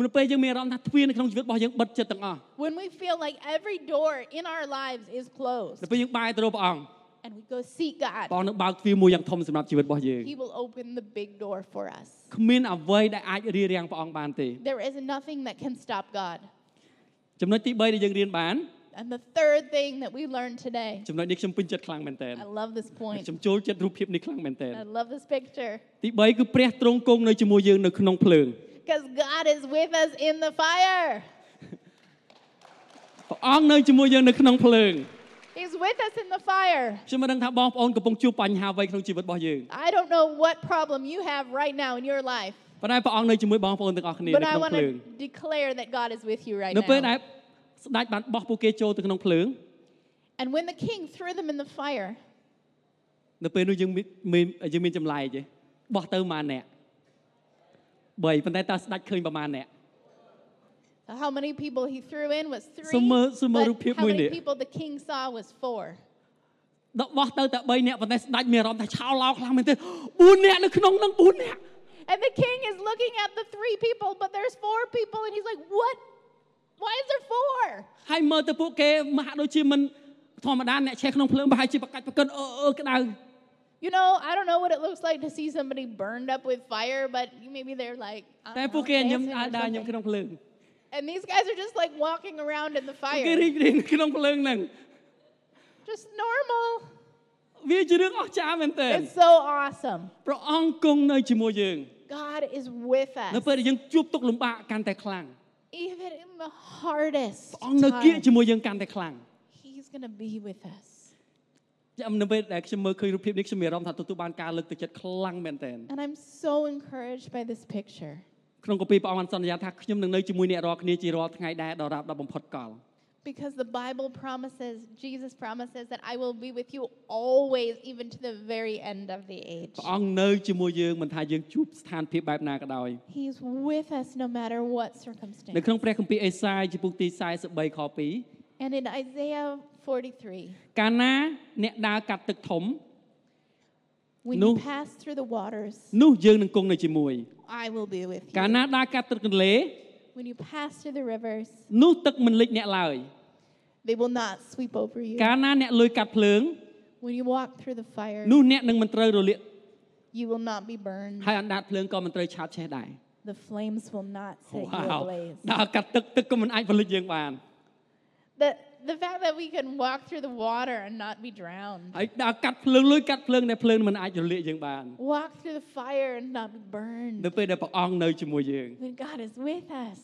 Speaker 1: នៅពេលយើងមានអារម្មណ៍ថាទ្វារនៅក្នុងជីវិតរបស់យើងបិទចិត្តទាំងអស់
Speaker 2: When we feel like every door in our lives is closed
Speaker 1: នៅពេលយើងបែរទៅរកព្រះអង្គ
Speaker 2: and we go seek God,
Speaker 1: ព្រះអង្គនឹងបើកទ្វារមួយយ៉ាងធំសម្រាប់ជីវិតរបស់យើង
Speaker 2: He will open the big door for us.
Speaker 1: គ្មានអ្វីដែលអាចរារាំងព្រះអង្គបានទេ
Speaker 2: There is nothing that can stop God.
Speaker 1: ចំណុចទី3ដែលយើងរៀនបាន
Speaker 2: And the third thing that we learned today,
Speaker 1: ចំណុចនេះខ្ញុំពេញចិត្តខ្លាំងមែនទែន
Speaker 2: I love this
Speaker 1: ខ្ញុំ
Speaker 2: point.
Speaker 1: ចូលចិត្តរូបភាពនេះខ្លាំងមែនទែន
Speaker 2: I love this picture
Speaker 1: ទី3គឺព្រះទ្រង់គង់នៅជាមួយយើងនៅក្នុងភ្លើង
Speaker 2: because God is with us in the fire.
Speaker 1: ព្រះអង្គនៅជាមួយយើងនៅក្នុងភ្លើង
Speaker 2: He's with us in the fire.
Speaker 1: ខ្ញុំមិនដឹងថាបងប្អូនកំពុងជួបបញ្ហាអ្វីក្នុងជីវិតរបស់យើង
Speaker 2: I don't know what problem you have right now in your life,
Speaker 1: ប៉ុន្តែព្រះអង្គនៅជាមួយបងប្អូនទាំងអស់គ្នានៅ
Speaker 2: but I
Speaker 1: ក្នុង
Speaker 2: want
Speaker 1: ភ្លើង
Speaker 2: to declare that God is with you right
Speaker 1: នៅពេលដែល
Speaker 2: now.
Speaker 1: ស្ដេចបានបោះពួកគេចូលទៅក្នុងភ្លើង
Speaker 2: And when the king threw them in the fire,
Speaker 1: នៅពេលនោះយើងមានមានយើងមានចម្លែកទេបោះទៅប៉ុន្មានអ្នក3ប៉ុន្តែតើស្ដេចឃើញប្រហែលអ្នក
Speaker 2: how many people he threw in was three.
Speaker 1: Semua- semua
Speaker 2: but
Speaker 1: rupiah
Speaker 2: how many
Speaker 1: mulia.
Speaker 2: people the king saw was four.
Speaker 1: ដល់បោះទៅតែ3អ្នកប៉ុន្តែស្ដេចមានអារម្មណ៍ថាឆោឡោខ្លាំងមែនទេ4អ្នកនៅក្នុងហ្នឹង4អ្នក
Speaker 2: And the king is looking at the three people, but there's four people, and he's like, What? Why is there four?
Speaker 1: ហើយមើលទៅពួកគេមហាក់ដូចជាមិនធម្មតាអ្នកឆេះក្នុងភ្លើងប្រហែលជាប្រកាច់ប្រកិនអឺអឺក្ដៅ
Speaker 2: You know, I don't know what it looks like to see somebody burned up with fire, but maybe they're like, I
Speaker 1: តែ
Speaker 2: don't
Speaker 1: ពួក
Speaker 2: know,
Speaker 1: គេញញឹម
Speaker 2: dancing or
Speaker 1: ដើរដើរញញឹម
Speaker 2: something.
Speaker 1: ក្នុងភ្លើង
Speaker 2: And these guys are just like walking around in the
Speaker 1: ពួកគេ
Speaker 2: fire.
Speaker 1: រីករាយនៅក្នុងភ្លើងហ្នឹង
Speaker 2: Just normal.
Speaker 1: វាជារឿងអស្ចារ្យមែនទែន
Speaker 2: It's so awesome.
Speaker 1: ព្រះអង្គគង់នៅជាមួយយើង
Speaker 2: God is with
Speaker 1: នៅ
Speaker 2: us,
Speaker 1: ពេលដែលយើងជួបទុក្ខលំបាកកាន់តែខ្លាំង
Speaker 2: even in the hardest.
Speaker 1: ព្រះអង្គនៅគៀក
Speaker 2: Time,
Speaker 1: ជាមួយយើងកាន់តែខ្លាំង
Speaker 2: he's going to be with us.
Speaker 1: ចាំនៅពេលដែលខ្ញុំមើលឃើញរូបភាពនេះខ្ញុំមានអារម្មណ៍ថាទទួលបានការលើកទឹកចិត្តខ្លាំងមែនទែន
Speaker 2: And I'm so encouraged by this picture
Speaker 1: ក្នុងកាពីព្រះអង្គបានសន្យាថាខ្ញុំនឹងនៅជាមួយអ្នករាល់គ្នាជារាល់ថ្ងៃដែរដល់រាប់ដល់បំផុតកល
Speaker 2: because the Bible promises, Jesus promises that I will be with you always, even to the very end of the age.
Speaker 1: ព្រះអង្គនៅជាមួយយើងមិនថាយើងជួបស្ថានភាពបែបណាក៏ដោយ
Speaker 2: He's with us no matter what
Speaker 1: នៅ
Speaker 2: circumstance.
Speaker 1: ក្នុងព្រះគម្ពីរអេសាយជំពូកទី43ខ2
Speaker 2: And in Isaiah 43,
Speaker 1: កាលណាអ្នកដើរកាត់ទឹកធំ
Speaker 2: when
Speaker 1: No.
Speaker 2: you pass through the waters,
Speaker 1: នោះយើងនឹងគង់នៅជាមួយ
Speaker 2: I will be with
Speaker 1: កាល
Speaker 2: you.
Speaker 1: ណាដើរកាត់ទឹកទន្លេ
Speaker 2: When you pass through the rivers,
Speaker 1: នោះទឹកមិនលិចអ្នកឡើយ
Speaker 2: they will not sweep over you.
Speaker 1: កាលណាអ្នកលួយកាត់ភ្លើង
Speaker 2: When you walk through the fire,
Speaker 1: នោះអ្នកនឹងមិនត្រូវរលាក
Speaker 2: you will not be burned.
Speaker 1: ហើយអណ្ដាតភ្លើងក៏មិនត្រូវឆាបឆេះដែរ
Speaker 2: The flames will not set
Speaker 1: វ៉ា
Speaker 2: you
Speaker 1: វ
Speaker 2: ablaze.
Speaker 1: ដើរកាត់ទឹកទឹកក៏មិនអាចផលិតយើងបាន
Speaker 2: The, the fact that we can walk through the water and not be drowned,
Speaker 1: ហើយដើរកាត់ភ្លើងលួយកាត់ភ្លើងតែភ្លើងមិនអាចរលាកយើងបាន
Speaker 2: walk through the fire and not be
Speaker 1: នៅ
Speaker 2: burned.
Speaker 1: ពេលដែលព្រះអង្គនៅជាមួយយើង
Speaker 2: When God is with us,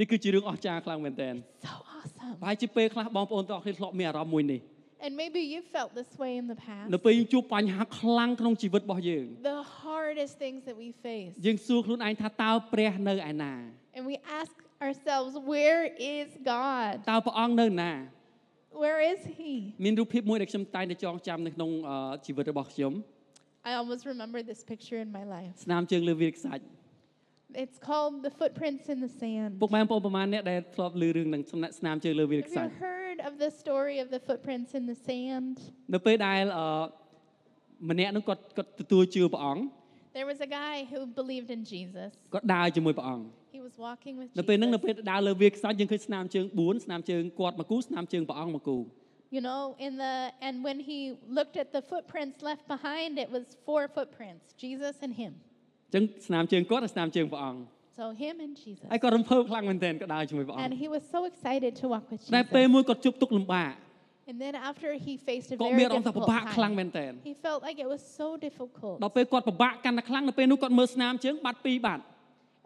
Speaker 1: នេះគឺជារឿងអស្ចារ្យខ្លាំងមែនទែន
Speaker 2: so awesome.
Speaker 1: ប្រហែលជាពេលខ្លះបងប្អូនទាំងអស់គ្នាធ្លាប់មានអារម្មណ៍មួយនេះ
Speaker 2: And maybe you felt this way in the past.
Speaker 1: នៅពេលយើងជួបបញ្ហាខ្លាំងក្នុងជីវិតរបស់យើង
Speaker 2: The hardest things that we face.
Speaker 1: យើងសួរខ្លួនឯងថាតើព្រះនៅឯណា
Speaker 2: And we ask ourselves, where is God?
Speaker 1: តើព្រះអង្គនៅណា
Speaker 2: Where is He?
Speaker 1: មានរូបភាពមួយដែលខ្ញុំតែងតែចងចាំនៅក្នុងអឺជីវិតរបស់ខ្ញុំ
Speaker 2: I almost remember this picture in my life.
Speaker 1: ស្នាមជើងលើវាលខ្សាច់
Speaker 2: It's called The Footprints in the Sand.
Speaker 1: ពុកម៉ែបងប្អូនប្រហែលអ្នកដែលធ្លាប់ឮរឿងនឹងស្នាមជើងលើវាល
Speaker 2: Have
Speaker 1: ខ្សាច់
Speaker 2: you heard of the story of the footprints in the sand?
Speaker 1: នៅពេលដែលអឺម្នាក់នោះគាត់គាត់ទទួលជឿព្រះអង្គ
Speaker 2: There was a guy who believed in Jesus.
Speaker 1: គាត់ដើរជាមួយព្រះអង្គ
Speaker 2: He was walking with
Speaker 1: នៅពេលហ្នឹងនៅ
Speaker 2: Jesus.
Speaker 1: ពេលដើរលើវាលខ្សាច់យើងឃើញស្នាមជើង4ស្នាមជើងគាត់មួយគូស្នាមជើងព្រះអង្គមួយគូ
Speaker 2: You know, in the and when he looked at the footprints left behind, it was four footprints, Jesus and him.
Speaker 1: អញ្ចឹងស្នាមជើងគាត់ហើយស្នាមជើងព្រះអង្គ
Speaker 2: So him and Jesus.
Speaker 1: ហើយគាត់រំភើបខ្លាំងមែនទែនគាត់ដើរជាមួយព្រះអង្គ
Speaker 2: And he was so excited to walk with
Speaker 1: តែពេល
Speaker 2: Jesus.
Speaker 1: មួយគាត់ជួបទុក្ខលំបាក
Speaker 2: And then after he faced a
Speaker 1: គាត់មា
Speaker 2: very
Speaker 1: នអារម្មណ៍ថាពិ
Speaker 2: difficult
Speaker 1: បាកខ្លាំង
Speaker 2: time,
Speaker 1: មែនទែន
Speaker 2: he felt like it was so difficult.
Speaker 1: ដល់ពេលគាត់ពិបាកកាន់តែខ្លាំងនៅពេលនោះគាត់មើលស្នាមជើងបាត់ពីរបាត់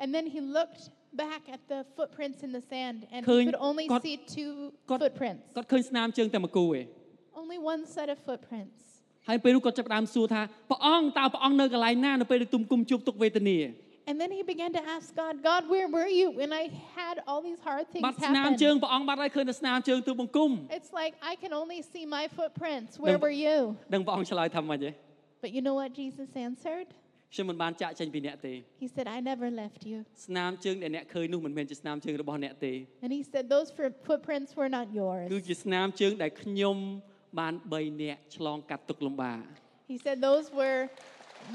Speaker 2: And then he looked back at the footprints in the sand, and
Speaker 1: Khơi-
Speaker 2: he could only
Speaker 1: con-
Speaker 2: see two
Speaker 1: con-
Speaker 2: footprints.
Speaker 1: គាត់ឃើញស្នាមជើងតែមួយគូឯង
Speaker 2: Only one set of footprints.
Speaker 1: ហើយពេលនោះគាត់ចាប់ផ្ដើមសួរថាព្រះអង្គតើព្រះអង្គនៅកន្លែងណានៅពេលដែលទុំគុំជួបទុក្ខវេទនា
Speaker 2: And then he began to ask God, God, where were you when I had all these hard things
Speaker 1: បាត់ស្នាមជើង
Speaker 2: happen?
Speaker 1: ព្រះអង្គបាត់ហើយឃើញតែស្នាមជើងទូបង្គំ
Speaker 2: It's like I can only see my footprints. Where
Speaker 1: Đừng-
Speaker 2: were you?
Speaker 1: ដឹងព្រះអង្គឆ្លើយថាម៉េចទេ
Speaker 2: But you know what Jesus answered?
Speaker 1: ខ្ញុំមិនបានចាក់ចែងពីអ្នកទេ
Speaker 2: He said, I never left you.
Speaker 1: ស្នាមជើងដែលអ្នកឃើញនោះមិនមែនជាស្នាមជើងរបស់អ្នកទេ
Speaker 2: And he said, Those fo- footprints were not
Speaker 1: គឺ
Speaker 2: yours.
Speaker 1: ជាស្នាមជើងដែលខ្ញុំបាន3នាក់ឆ្លងកាត់ទុក្ខលំបាក
Speaker 2: He said, Those were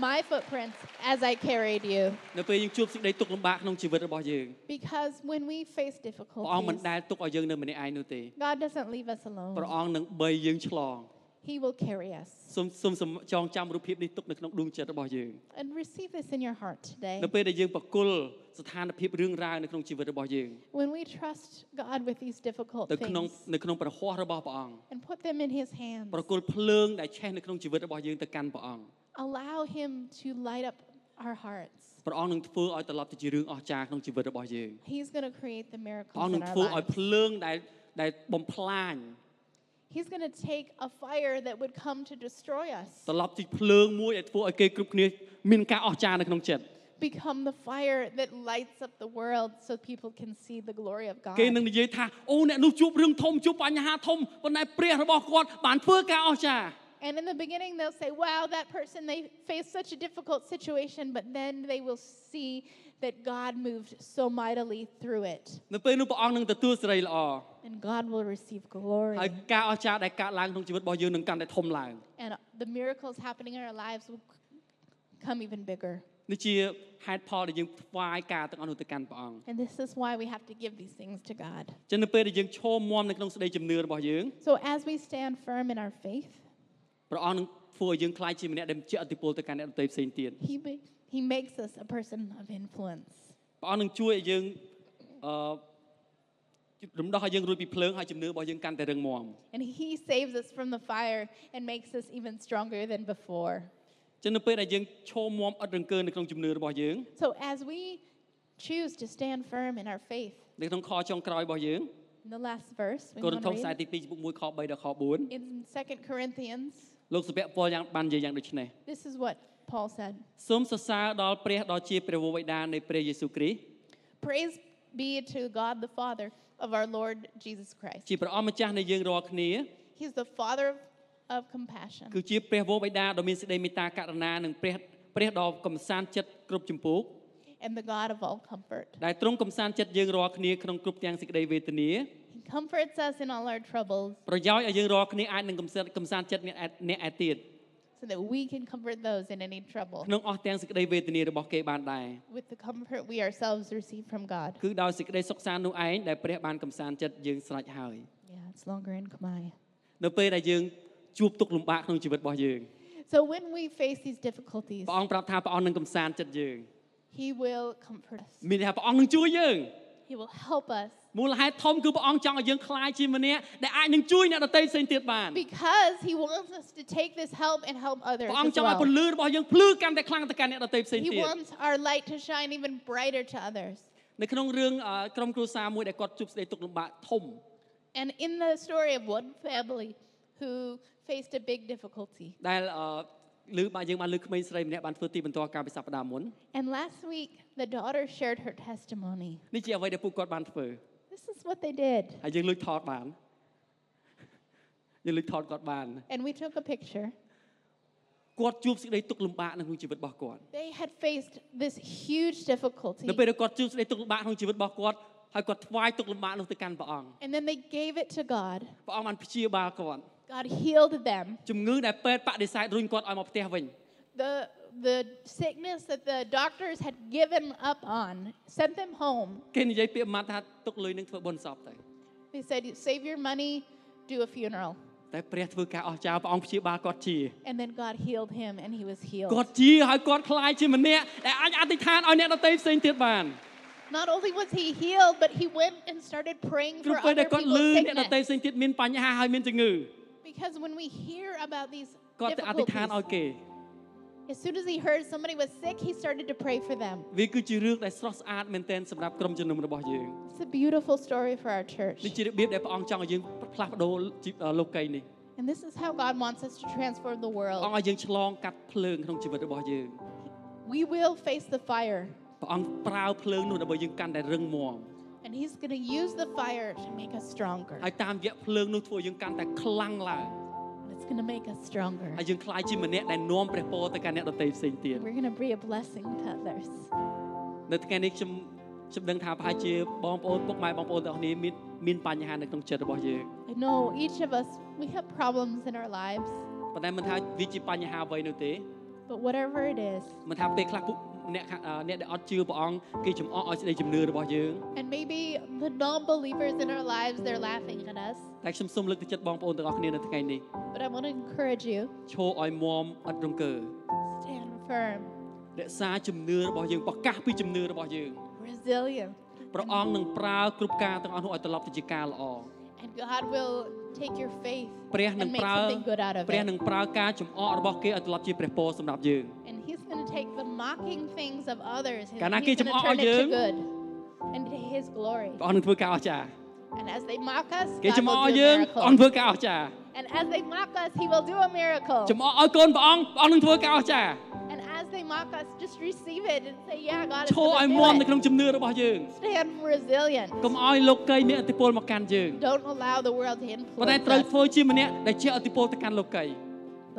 Speaker 2: my footprints as I carried you.
Speaker 1: នៅពេលយើងជួបសេចក្តីទុក្ខលំបាកក្នុងជីវិតរបស់យើង
Speaker 2: Because when we face
Speaker 1: ព្រះអង្គមិន
Speaker 2: difficulties,
Speaker 1: ដែលទុកឲ្យយើងនៅម្នាក់ឯងនោះទេ
Speaker 2: God doesn't leave us
Speaker 1: ព្រះ
Speaker 2: alone.
Speaker 1: អង្គនឹងបីយើងឆ្លង
Speaker 2: He will carry us.
Speaker 1: សូមសូមសូមចងចាំរូបភាពនេះទុកនៅក្នុងដួងចិត្តរបស់យើង
Speaker 2: And receive this in your heart today.
Speaker 1: នៅពេលដែលយើងប្រគល់ស្ថានភាពរឿងរ៉ាវនៅក្នុងជីវិតរបស់យើង
Speaker 2: When we trust God with these difficult
Speaker 1: ទៅក្នុង
Speaker 2: things
Speaker 1: នៅក្នុងព្រះហស្ថរបស់ព្រះអង្គ
Speaker 2: and put them in His hands,
Speaker 1: ប្រគល់ភ្លើងដែលឆេះនៅក្នុងជីវិតរបស់យើងទៅកាន់ព្រះអង្គ
Speaker 2: allow Him to light up our hearts.
Speaker 1: ព្រះអង្គនឹងធ្វើឲ្យត្រឡប់ទៅជារឿងអស្ចារ្យក្នុងជីវិតរបស់យើង
Speaker 2: He's going to create the
Speaker 1: ព្រះអង្គ
Speaker 2: miracles
Speaker 1: នឹ
Speaker 2: in
Speaker 1: ង
Speaker 2: our
Speaker 1: ធ្វើឲ្យ
Speaker 2: lives.
Speaker 1: ភ្លើងដែលដែលបំផ្លាញ
Speaker 2: He's going to take a fire that would come to destroy us,
Speaker 1: ត្រឡប់ជាភ្លើងមួយដែលធ្វើឲ្យគេគ្រប់គ្នាមានការអស្ចារ្យនៅក្នុងចិត្ត
Speaker 2: become the fire that lights up the world so people can see the glory of God.
Speaker 1: គេនឹងនិយាយថាអូអ្នកនោះជួបរឿងធំជួបបញ្ហាធំប៉ុន្តែព្រះរបស់គាត់បានធ្វើការអស្ចារ្យ
Speaker 2: And in the beginning, they'll say, Wow, that person, they faced such a difficult situation, but then they will see that God moved so mightily through it,
Speaker 1: នៅពេលនោះព្រះអង្គនឹងទទួលសេរីល្អ
Speaker 2: and God will receive glory.
Speaker 1: ហើយការអស្ចារ្យដែលកើតឡើងក្នុងជីវិតរបស់យើងនឹងកាន់តែធំឡើង
Speaker 2: and the miracles happening in our lives will come even bigger.
Speaker 1: នេះជាហេតុផលដែលយើងថ្វាយការទាំងអស់នោះទៅកាន់ព្រះអង្គ
Speaker 2: And this is why we have to give these things to God.
Speaker 1: ចឹងនៅពេលដែលយើងឈរមាំនៅក្នុងសេចក្តីជំនឿរបស់យើង
Speaker 2: So as we stand firm in our faith,
Speaker 1: ព្រះអង្គនឹងធ្វើឲ្យយើងក្លាយជាម្នាក់ដែលជាអធិពលទៅកាន់អ្នកដទៃផ្សេងទៀត
Speaker 2: he, ma- he makes us a person of influence.
Speaker 1: ព្រះអង្គនឹងជួយឲ្យយើងអឺរំដោះឲ្យយើងរួចពីភ្លើងហើយជំនឿរបស់យើងកាន់តែរឹងមាំ
Speaker 2: And he saves us from the fire and makes us even stronger than before.
Speaker 1: ចឹងនៅពេលដែលយើងឈរមាំអត់រង្គើនៅក្នុងជំនឿរបស់យើង
Speaker 2: So as we choose to stand firm in our faith,
Speaker 1: នៅក្នុងខចុងក្រោយរបស់យើង
Speaker 2: in the last verse, we
Speaker 1: កូរិន
Speaker 2: wanna
Speaker 1: ថូសខ្សែ
Speaker 2: read,
Speaker 1: ទី2ចំពុក1ខ3ដល់ខ
Speaker 2: in 2 Corinthians,
Speaker 1: 4លោកសុភ័ក្រពលយ៉ាងបាននិយាយយ៉ាងដូចនេះ
Speaker 2: this is what Paul said.
Speaker 1: សូមសរសើរដល់ព្រះដ៏ជាព្រះវរបិតានៃព្រះយេស៊ូវគ្រីស្ទ
Speaker 2: Praise be to God the Father of our Lord Jesus Christ.
Speaker 1: ជាព្រះអម្ចាស់នៃយើងរាល់គ្នា
Speaker 2: He's the Father of, of compassion.
Speaker 1: គឺជាព្រះវរបិតាដ៏មានសេចក្តីមេត្តាករុណានិងព្រះព្រះដ៏កំសាន្តចិត្តគ្រប់ជំពូក
Speaker 2: and the God of all comfort.
Speaker 1: ដែលទ្រង់កំសាន្តចិត្តយើងរាល់គ្នាក្នុងគ្រប់ទាំងសេចក្តីវេទនា
Speaker 2: He comforts us in all our troubles
Speaker 1: ប្រយោជន៍ឲ្យយើងរាល់គ្នាអាចនឹងកំសាន្តកំសាន្តចិត្តអ្នកឯអ្នកឯទៀត
Speaker 2: so that we can comfort those in any trouble
Speaker 1: ក្នុងអស់ទាំងសេចក្តីវេទនារបស់គេបានដែរ
Speaker 2: with the comfort we ourselves receive from God.
Speaker 1: គឺដោយសេចក្តីសុខសាន្តនោះឯងដែលព្រះបានកំសាន្តចិត្តយើងស្រេចហើយ
Speaker 2: Yeah, it's longer in Khmer.
Speaker 1: នៅពេលដែលយើងជួបទុក្ខលំបាកក្នុងជីវិតរបស់យើង
Speaker 2: So when we face these difficulties,
Speaker 1: ព្រះអង្គប្រាប់ថាព្រះអង្គនឹងកំសាន្តចិត្តយើង
Speaker 2: He will comfort us.
Speaker 1: មានន័យថាព្រះអង្គនឹងជួយយើង
Speaker 2: He will help us
Speaker 1: មូលហេតុធំគឺព្រះអង្គចង់ឲ្យយើងคลายជាម្នាក់ដែលអាចនឹងជួយអ្នកដទៃផ្សេងទៀតបាន
Speaker 2: because He wants us to take this help and help others.
Speaker 1: ព្រះអង្គច
Speaker 2: as
Speaker 1: ង់ឲ្យ
Speaker 2: well.
Speaker 1: ពន្លឺរបស់យើងភ្លឺកាន់តែខ្លាំងទៅកាន់អ្នកដទៃផ្សេង
Speaker 2: He
Speaker 1: ទៀត
Speaker 2: wants our light to shine even brighter to others.
Speaker 1: នៅក្នុងរឿងអឺក្រុមគ្រួសារមួយដែលគាត់ជួបស្ដីទុក្ខលំបាកធំ
Speaker 2: And in the story of one family who faced a big difficulty,
Speaker 1: ដែលអឺឬបាទយើងបានលើកក្មេងស្រីម្នាក់បានធ្វើទីបន្ទាល់ការពិសាបដាមុន
Speaker 2: and last week the daughter shared her testimony.
Speaker 1: នេះជាអ្វីដែលពួកគាត់បានធ្វើ
Speaker 2: This is what they did.
Speaker 1: ហើយយើងលួចថតបាន យើងលួចថតគាត់បាន
Speaker 2: And we took a picture.
Speaker 1: គាត់ជួបសេចក្តីទុក្ខលំបាកនៅក្នុងជីវិតរបស់គាត់
Speaker 2: They had faced this huge difficulty.
Speaker 1: នៅពេលដែលគាត់ជួបសេចក្តីទុក្ខលំបាកក្នុងជីវិតរបស់គាត់ហើយគាត់ថ្វាយទុក្ខលំបាកនោះទៅកាន់ព្រះអង្គ
Speaker 2: And then they gave it to God.
Speaker 1: ព្រះអង្គបានព្យាបាលគាត់
Speaker 2: God healed them.
Speaker 1: ជំងឺដែលពេទ្យបដិសេធរុញគាត់ឲ្យមកផ្ទះវិញ
Speaker 2: The, the sickness that the doctors had given up on sent them home.
Speaker 1: គេនិយាយពាក្យម៉ាត់ថាទុកលុយនឹងធ្វើបុណ្យសពទៅ
Speaker 2: They said, Save your money, do a funeral.
Speaker 1: តែព្រះធ្វើការអស្ចារ្យព្រះអង្គព្យាបាលគាត់ជា
Speaker 2: And then God healed him and he was healed.
Speaker 1: គាត់ជាហើយគាត់ខ្លាយជាម្នាក់ដែលអាចអធិដ្ឋានឲ្យអ្នកដទៃផ្សេងទៀតបាន
Speaker 2: Not only was he healed, but he went and started praying
Speaker 1: ព្រោះ
Speaker 2: for
Speaker 1: ពេលដែ
Speaker 2: other
Speaker 1: លគាត់លឺ
Speaker 2: people's
Speaker 1: អ្នកដទៃ
Speaker 2: sickness.
Speaker 1: ផ្សេងទៀតមានបញ្ហាហើយមានជំងឺ
Speaker 2: Because when we hear about these
Speaker 1: គាត់ទៅអធិដ្ឋានឲ្យ
Speaker 2: difficulties,
Speaker 1: គេ
Speaker 2: as soon as he heard somebody was sick, he started to pray for them.
Speaker 1: វាគឺជារឿងដែលស្រស់ស្អាតមែនទែនសម្រាប់ក្រុមជំនុំរបស់យើង
Speaker 2: It's a beautiful story for our church.
Speaker 1: នេះជារបៀបដែលព្រះអង្គចង់ឲ្យយើងផ្លាស់ប្ដូរជីវិតលោកីយនេះ
Speaker 2: And this is how God wants us to transform the
Speaker 1: ព្រះអង្គ
Speaker 2: world.
Speaker 1: ឲ្យយើងឆ្លងកាត់ភ្លើងក្នុងជីវិតរបស់យើង
Speaker 2: We will face the fire,
Speaker 1: ព្រះអង្គប្រើភ្លើងនោះដើម្បីយើងកាន់តែរឹងមាំ
Speaker 2: and He's going to use the fire to make us stronger.
Speaker 1: ហើយតាមរយៈភ្លើងនោះធ្វើឲ្យយើងកាន់តែខ្លាំងឡើង
Speaker 2: And It's going to make us stronger.
Speaker 1: ហើយយើងខ្លាយជាម្នាក់ដែលនាំព្រះពរទៅកាន់អ្នកដទៃផ្សេងទៀត
Speaker 2: And We're going to be a blessing to others.
Speaker 1: នៅថ្ងៃនេះខ្ញុំខ្ញុំដឹងថាប្រហែលជាបងប្អូនពុកម៉ែបងប្អូនទាំងអស់គ្នាមានមានបញ្ហានៅក្នុងចិត្តរបស់យើង
Speaker 2: I know each of us, we have problems in our lives,
Speaker 1: ប៉ុន្តែមិនថាវាជាបញ្ហាអ្វីនោះទេ
Speaker 2: but whatever it is,
Speaker 1: មិនថាពេលខ្លះពួក អ្នកខាងអ្នកដែលអត់ជឿព្រះអង្គគេចំអកឲ្យសេចក្តីជំនឿរបស់យើង
Speaker 2: And maybe the non believers in our lives, they're laughing at us.
Speaker 1: តែខ្ញុំសូមលើកទឹកចិត្តបងប្អូនទាំងអស់គ្នានៅថ្ងៃនេះ
Speaker 2: But I want to encourage you
Speaker 1: ឈរឲ្យមមអត់រង្គើ
Speaker 2: stand firm,
Speaker 1: រក្សាជំនឿរបស់យើងប្រកាសពីជំនឿរបស់យើង
Speaker 2: resilient,
Speaker 1: ព្រះអង្គនឹងប្រើគ្រប់ការទាំងអស់នោះឲ្យត្រឡប់ទៅជាការល្អ
Speaker 2: and God will take your faith
Speaker 1: ព្រះនឹង
Speaker 2: and make
Speaker 1: ប្រើ
Speaker 2: something good out of
Speaker 1: ព្រះ
Speaker 2: it.
Speaker 1: នឹងប្រើការចំអករបស់គេឲ្យត្រឡប់ជាព្រះពរសម្រាប់យើង
Speaker 2: And He's going to take the mocking things of others and He's
Speaker 1: Karena
Speaker 2: going
Speaker 1: kita
Speaker 2: to
Speaker 1: cuma
Speaker 2: turn it to
Speaker 1: orang.
Speaker 2: good and to His glory.
Speaker 1: ព្រះអង្គនឹងធ្វើការអស្ចារ្យ
Speaker 2: And as they mock us,
Speaker 1: គេចំ
Speaker 2: God
Speaker 1: អក
Speaker 2: will
Speaker 1: ឲ្យ
Speaker 2: do
Speaker 1: យើ
Speaker 2: a
Speaker 1: ងព្រះអង្គ
Speaker 2: miracle.
Speaker 1: ធ្វើការអស្ចារ្យ
Speaker 2: And as they mock us, He will do a miracle.
Speaker 1: ចំអកឲ្យកូនព្រះអង្គព្រះអង្គនឹងធ្វើការអស្ចារ្យ
Speaker 2: And as they mock us, just receive it and say, Yeah, God
Speaker 1: ឈ
Speaker 2: is
Speaker 1: រឲ្យ
Speaker 2: going
Speaker 1: មម
Speaker 2: to
Speaker 1: នៅ
Speaker 2: do it.
Speaker 1: ក្នុងជំនឿរបស់យើង
Speaker 2: Stand resilient.
Speaker 1: កុំឲ្យលោកកៃមានអធិពលមកកាន់យើង
Speaker 2: Don't allow the world to
Speaker 1: ប៉ុន្តែត្រូវ
Speaker 2: influence us,
Speaker 1: ធ្វើជាម្នាក់ដែលជាអធិពលទៅកាន់លោកកៃ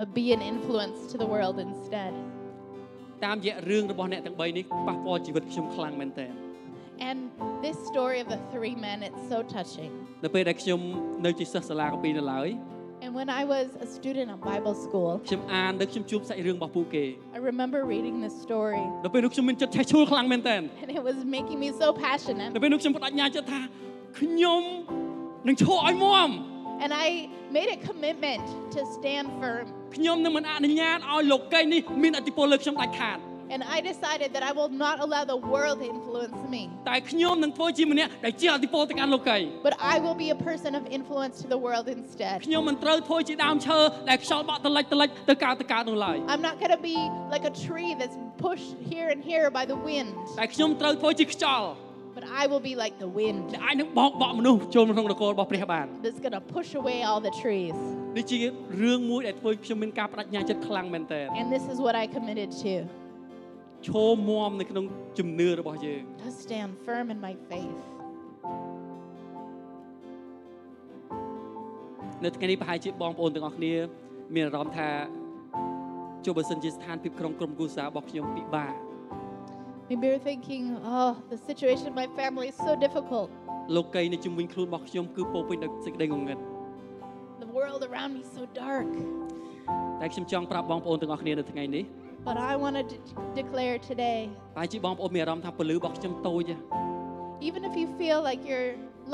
Speaker 2: but be an influence to the world instead.
Speaker 1: តាមរយៈរឿងរបស់អ្នកទាំង3នេះប៉ះពាល់ជីវិតខ្ញុំខ្លាំងមែនទែន
Speaker 2: And this story of the three men, it's so touching.
Speaker 1: នៅពេលដែលខ្ញុំនៅជាសិស្សសាលាកពីនៅឡើយ
Speaker 2: And when I was a student at Bible school,
Speaker 1: ខ្ញុំអាននិងខ្ញុំជួបសាច់រឿងរបស់ពួកគេ
Speaker 2: I remember reading this story,
Speaker 1: នៅពេលនោះខ្ញុំមានចិត្តឆេះឆួលខ្លាំងមែនទែន
Speaker 2: and it was making me so
Speaker 1: នៅ
Speaker 2: passionate.
Speaker 1: ពេលនោះខ្ញុំបដិញ្ញាចិត្តថាខ្ញុំនឹងឈរឲ្យមាំ
Speaker 2: And I made a commitment to stand firm.
Speaker 1: ខ្ញុំនឹងមិនអនុញ្ញាតឲ្យលោកកៃនេះមានអធិពលលើខ្ញុំដាច់ខាត
Speaker 2: And I decided that I will not allow the world to influence me,
Speaker 1: តែខ្ញុំនឹងធ្វើជាម្នាក់ដែលជាអធិពលទៅកាន់លោកកៃ
Speaker 2: but I will be a person of influence to the world instead.
Speaker 1: ខ្ញុំមិនត្រូវធ្វើជាដើមឈើដែលខ្យល់បក់តលិចតលិចទៅកើតទៅកើតនោះឡើយ
Speaker 2: I'm not going to be like a tree that's pushed here and here by the wind,
Speaker 1: តែខ្ញុំត្រូវធ្វើជាខ្យល់
Speaker 2: but I will be like the wind
Speaker 1: ដែលអាចនឹងបោកបក់មនុស្សចូលក្នុងនគររបស់ព្រះបាន
Speaker 2: that's going to push away all the trees.
Speaker 1: នេះជារឿងមួយដែលធ្វើឲ្យខ្ញុំមានការបដិញ្ញាចិត្តខ្លាំងមែនទែន
Speaker 2: And this is what I committed to
Speaker 1: ឈរមាំនៅក្នុងជំនឿរបស់យើង
Speaker 2: to stand firm in my faith.
Speaker 1: នៅថ្ងៃនេះប្រហែលជាបងប្អូនទាំងអស់គ្នា មានអារម្មណ៍ថាចុះបើសិនជាស្ថានភាពក្នុងក្រុមគ្រួសាររបស់ខ្ញុំពិបាក
Speaker 2: Maybe you're thinking, oh, the situation in my family is so difficult.
Speaker 1: លោកកៃនៅជំនាញខ្លួនរបស់ខ្ញុំគឺពោរពេញដោយសេចក្តីងងឹត
Speaker 2: The world around me is so dark.
Speaker 1: តែខ្ញុំចង់ប្រាប់បងប្អូនទាំងអស់គ្នានៅថ្ងៃនេះ
Speaker 2: But I want to de- declare today,
Speaker 1: ប្រហែលជាបងប្អូនមានអារម្មណ៍ថាពលឺរបស់ខ្ញុំតូចហ៎
Speaker 2: even if you feel like your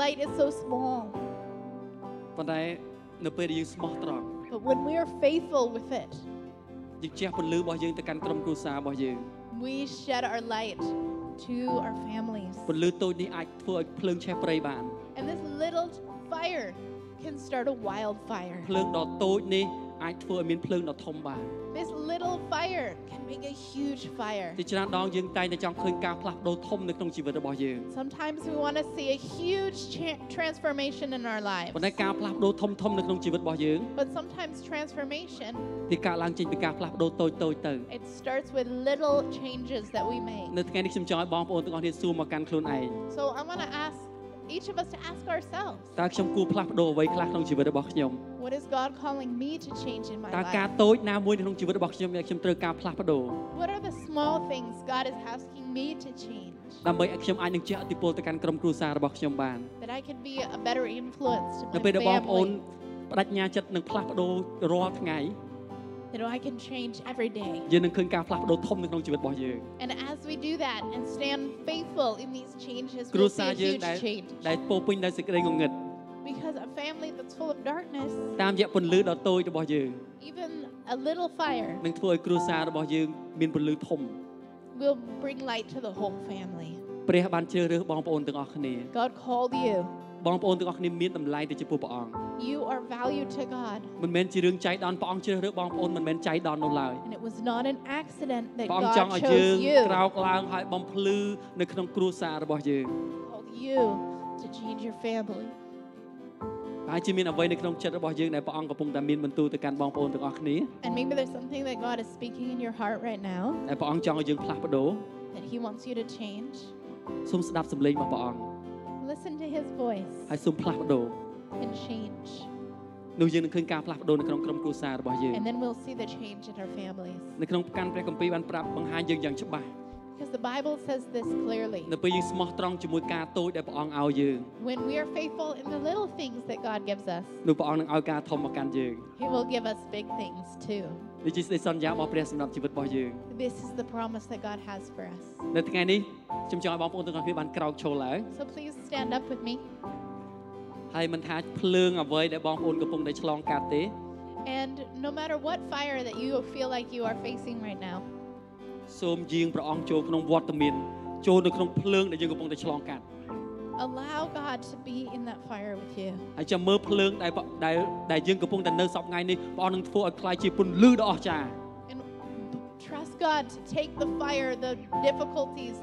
Speaker 2: light is so small,
Speaker 1: ប៉ុន្តែនៅពេលដែលយើងស្មោះត្រង់
Speaker 2: but when we are faithful with it,
Speaker 1: យើងជះពលឺរបស់យើងទៅកាន់ក្រុមគ្រួសាររបស់យើង
Speaker 2: we shed our light to our families.
Speaker 1: ពលឺតូចនេះអាចធ្វើឲ្យភ្លើងឆេះព្រៃបាន
Speaker 2: And this little fire can start a wildfire.
Speaker 1: ភ្លើងដ៏តូចនេះអាចធ្វើឲ្យមានភ្លើងដ៏ធំបាន
Speaker 2: This little fire can make a huge fire.
Speaker 1: ជាច្រើនដងយើងតែងតែចង់ឃើញការផ្លាស់ប្ដូរធំនៅក្នុងជីវិតរបស់យើង
Speaker 2: Sometimes we want to see a huge cha- transformation in our lives.
Speaker 1: ប៉ុន្តែការផ្លាស់ប្ដូរធំធំនៅក្នុងជីវិតរបស់យើង
Speaker 2: But sometimes transformation,
Speaker 1: វាកើតឡើងចេញពីការផ្លាស់ប្ដូរតូចតូចៗទៅ
Speaker 2: it starts with little changes that we make.
Speaker 1: នៅថ្ងៃនេះខ្ញុំចង់ឲ្យបងប្អូនទាំងអស់គ្នាសួរមកកាន់ខ្លួនឯង
Speaker 2: So I want to ask each of us to ask ourselves,
Speaker 1: តើខ្ញុំគួរផ្លាស់ប្ដូរអ្វីខ្លះក្នុងជីវិតរបស់ខ្ញុំ
Speaker 2: what is God calling me to change in my
Speaker 1: តើការ
Speaker 2: life?
Speaker 1: តូចណាមួយនៅក្នុងជីវិតរបស់ខ្ញុំដែលខ្ញុំត្រូវការផ្លាស់ប្ដូរ
Speaker 2: What are the small things God is asking me to change
Speaker 1: ដើម្បីឲ្យខ្ញុំអាចនឹងជះឥទ្ធិពលទៅកាន់ក្រុមគ្រួសាររបស់ខ្ញុំបាន
Speaker 2: that I could be a better influence to
Speaker 1: នៅ
Speaker 2: my
Speaker 1: ពេលដែលបងប្អូន
Speaker 2: family?
Speaker 1: បដិញ្ញាចិត្តនឹងផ្លាស់ប្ដូររាល់ថ្ងៃ
Speaker 2: That I can change every day.
Speaker 1: យើងនឹងឃើញការផ្លាស់ប្ដូរធំនៅក្នុងជីវិតរបស់យើង
Speaker 2: And as we do that and stand faithful in these changes,
Speaker 1: គ្រួ
Speaker 2: we'll see
Speaker 1: សារ
Speaker 2: a
Speaker 1: យើង
Speaker 2: huge
Speaker 1: ដែល
Speaker 2: change.
Speaker 1: ដែលពោរពេញដោយសេចក្តីងងឹត
Speaker 2: Because a family that's full of darkness,
Speaker 1: តាមរយៈពន្លឺដ៏តូចរបស់យើង
Speaker 2: even a little fire
Speaker 1: នឹងធ្វើឲ្យគ្រួសាររបស់យើងមានពន្លឺធំ
Speaker 2: will bring light to the whole family.
Speaker 1: ព្រះបានជ្រើសរើសបងប្អូនទាំងអស់គ្នា
Speaker 2: God called you.
Speaker 1: បងប្អូនទាំងអស់គ្នាមានតម្លៃទៅចំពោះព្រះអង្គ
Speaker 2: You are valued to God.
Speaker 1: មិនមែនជារឿងចៃដន្យព្រះអង្គជ្រើសរើសបងប្អូនមិនមែនចៃដន្យនោះឡើយ
Speaker 2: And it was not an accident that
Speaker 1: ព្រះអង្គចង់
Speaker 2: God
Speaker 1: ឲ្យយើង
Speaker 2: chose
Speaker 1: ក្រោ
Speaker 2: you,
Speaker 1: កឡើងហើយបំភ្លឺនៅក្នុងគ្រួសាររបស់យើង
Speaker 2: called you to change your family.
Speaker 1: ប្រហែលជាមានអ្វីនៅក្នុងចិត្តរបស់យើងដែលព្រះអង្គកំពុងតែមានបន្ទូលទៅកាន់បងប្អូនទាំងអស់គ្នា
Speaker 2: And maybe there's something that God is speaking in your heart right now
Speaker 1: ដែលព្រះអង្គចង់ឲ្យយើងផ្លាស់ប្ដូរ
Speaker 2: that He wants you to change.
Speaker 1: សូមស្ដាប់សម្លេងរបស់ព្រះអង្គ
Speaker 2: Listen to His voice
Speaker 1: ហើយសូមផ្លាស់ប្ដូរ
Speaker 2: and change.
Speaker 1: នោះយើងនឹងឃើញការផ្លាស់ប្ដូរនៅក្នុងក្រុមគ្រួសាររបស់យើង
Speaker 2: And then we'll see the change in our families.
Speaker 1: នៅក្នុងកាន់ព្រះគម្ពីរបានប្រាប់បង្ហាញយើងយ៉ាងច្បាស់
Speaker 2: Because the Bible says this clearly.
Speaker 1: នៅពេលយើងស្មោះត្រង់ជាមួយការតូចដែលព្រះអង្គឲ្យយើង
Speaker 2: When we are faithful in the little things that God gives us,
Speaker 1: នោះព្រះអង្គនឹងឲ្យការធំមកកាន់យើង
Speaker 2: He will give us big things too.
Speaker 1: នេះជាសេចក្តីសន្យារបស់ព្រះសម្រាប់ជីវិតរបស់យើង
Speaker 2: This is the promise that God has for us.
Speaker 1: នៅថ្ងៃនេះខ្ញុំចង់ឲ្យបងប្អូនទាំងអស់គ្នាបានក្រោកឈរឡើង
Speaker 2: So please stand up with me.
Speaker 1: ហើយមិនថាភ្លើងអ្វីដែលបងប្អូនកំពុងតែឆ្លងកាត់ទេ
Speaker 2: And no matter what fire that you feel like you are facing right now,
Speaker 1: សូមយាងព្រះអង្គចូលក្នុងវត្តមានចូលនៅក្នុងភ្លើងដែលយើងកំពុងតែឆ្លងកាត់
Speaker 2: allow God to be in that fire with you.
Speaker 1: ហើយចាំមើលភ្លើងដែលដែលដែលយើងកំពុងតែនៅសពវថ្ងៃនេះព្រះអង្គនឹងធ្វើឲ្យខ្លាយជាពន្លឺដ៏អស្ចារ្យ
Speaker 2: And b- trust God to take the fire, the difficulties,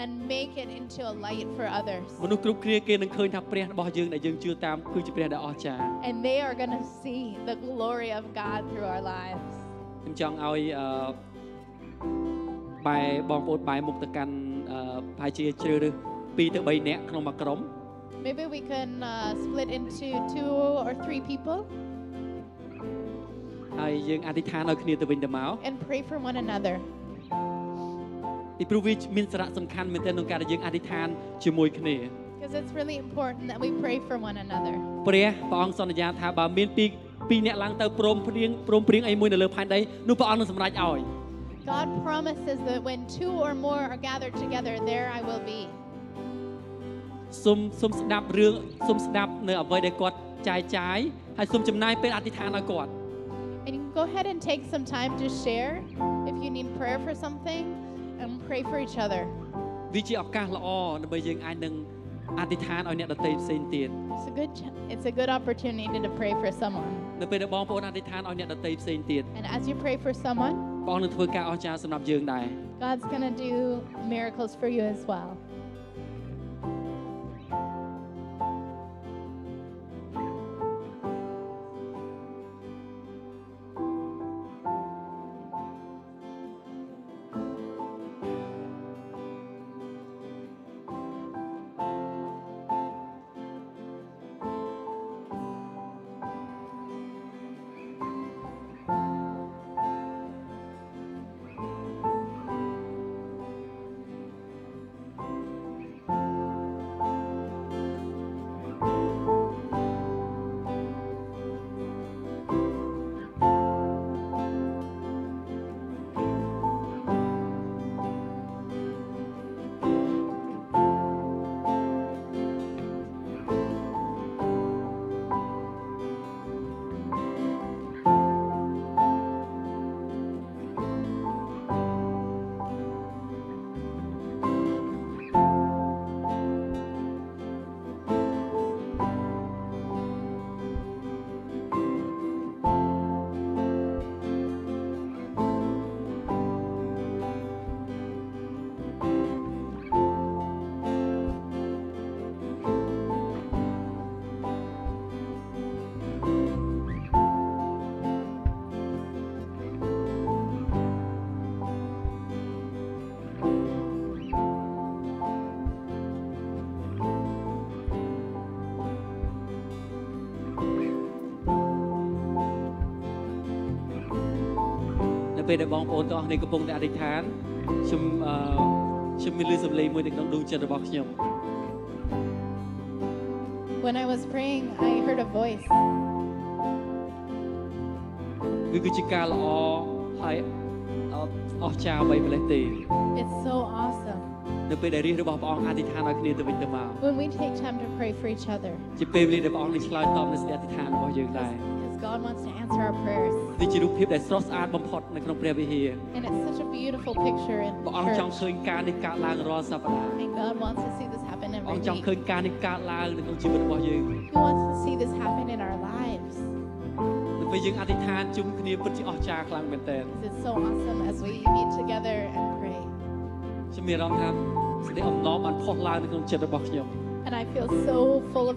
Speaker 2: and make it into a light for others.
Speaker 1: មនុស្សគ្រប់គ្នាគេនឹងឃើញថាព្រះរបស់យើងដែលយើងជឿតាមគឺជាព្រះដ៏អស្ចារ្យ
Speaker 2: And they are going to see the glory of God through our lives.
Speaker 1: ខ្ញុំចង់ឲ្យអឺបែរបងប្អូនបែរមុខទៅកាន់អឺប្រហែលជាជ្រើសរើស2ទៅ3នាក់ក្នុងមួយក្រុម
Speaker 2: Maybe we can uh, split into two or three people
Speaker 1: ហើយយើងអធិដ្ឋានឲ្យគ្នាទៅវិញទៅមក
Speaker 2: and pray for one another
Speaker 1: ពីព្រោះវាមានសារៈសំខាន់មែនទែនក្នុងការដែលយើងអធិដ្ឋានជាមួយគ្នា
Speaker 2: because it's really important that we pray for one another.
Speaker 1: ព្រះព្រះអង្គសន្យាថាបើមានពីពីរអ្នកឡើងទៅព្រមព្រៀងព្រមព្រៀងអីមួយនៅលើផែនដីនោះព្រះអង្គនឹងសម្រេចឲ្យ
Speaker 2: God promises that when two or more are gathered together, there I will be.
Speaker 1: សូមសូមស្ដាប់រឿងសូមស្ដាប់នៅអ្វីដែលគាត់ចាយចាយហើយសូមចំណាយពេលអធិដ្ឋានឲ្យគាត់
Speaker 2: And you can go ahead and take some time to share if you need prayer for something and pray for each other.
Speaker 1: វាជាឱកាសល្អដើម្បីយើងអាចនឹងអធិដ្ឋានឲ្យអ្នកដទៃផ្សេងទៀត
Speaker 2: It's a good ch- it's a good opportunity to pray for someone.
Speaker 1: នៅពេលដែលបងប្អូនអធិដ្ឋានឲ្យអ្នកដទៃផ្សេងទៀត
Speaker 2: And as you pray for someone,
Speaker 1: ព្រះអង្គនឹងធ្វើការអស្ចារ្យសម្រាប់យើងដែរ
Speaker 2: God's going to do miracles for you as well.
Speaker 1: នៅពេលដែលបងប្អូនទាំងអស់គ្នាកំពុងតែអធិដ្ឋានខ្ញុំអឺខ្ញុំមានលឺសំឡេងមួយនៅក្នុងដួងចិត្តរបស់ខ្ញុំ
Speaker 2: When I was praying, I heard a voice
Speaker 1: វាគឺជាការល្អហើយអត់អស្ចារ្យអ្វីម្លេះទេ
Speaker 2: It's so awesome
Speaker 1: នៅពេលដែលរាជរបស់ព្រះអង្គអធិដ្ឋានឲ្យគ្នាទៅវិញទៅមក
Speaker 2: when we take time to pray for each other
Speaker 1: ជាពេលវេលាដែលព្រះអង្គនឹងឆ្លើយតបនឹងសេចក្តីអធិដ្ឋានរបស់យើងដែរ
Speaker 2: because God wants to answer our prayers.
Speaker 1: នេះជារូបភាពដែលស្រស់ស្អាតបំផុតនៅក្នុងព្រះវិហារ
Speaker 2: And it's such a beautiful picture in
Speaker 1: ព្រះអង្គចង់
Speaker 2: church.
Speaker 1: ឃើញការនេះកើតឡើងរាល់សប្តាហ៍
Speaker 2: And God wants to see this happen
Speaker 1: ព្រះអ
Speaker 2: every
Speaker 1: ង្គចង់
Speaker 2: week.
Speaker 1: ឃើញការនេះកើតឡើងនៅក្នុងជីវិតរបស់យើង
Speaker 2: He wants to see this happen in our lives.
Speaker 1: នៅពេលយើងអធិដ្ឋានជុំគ្នាពិតជាអស្ចារ្យខ្លាំងមែនទែន
Speaker 2: It's so awesome as we meet together and pray.
Speaker 1: ខ្ញុំមានអារម្មណ៍ថាសេចក្តីអំណរបានផុសឡើងនៅក្នុងចិត្តរបស់ខ្ញុំ
Speaker 2: And I feel so full of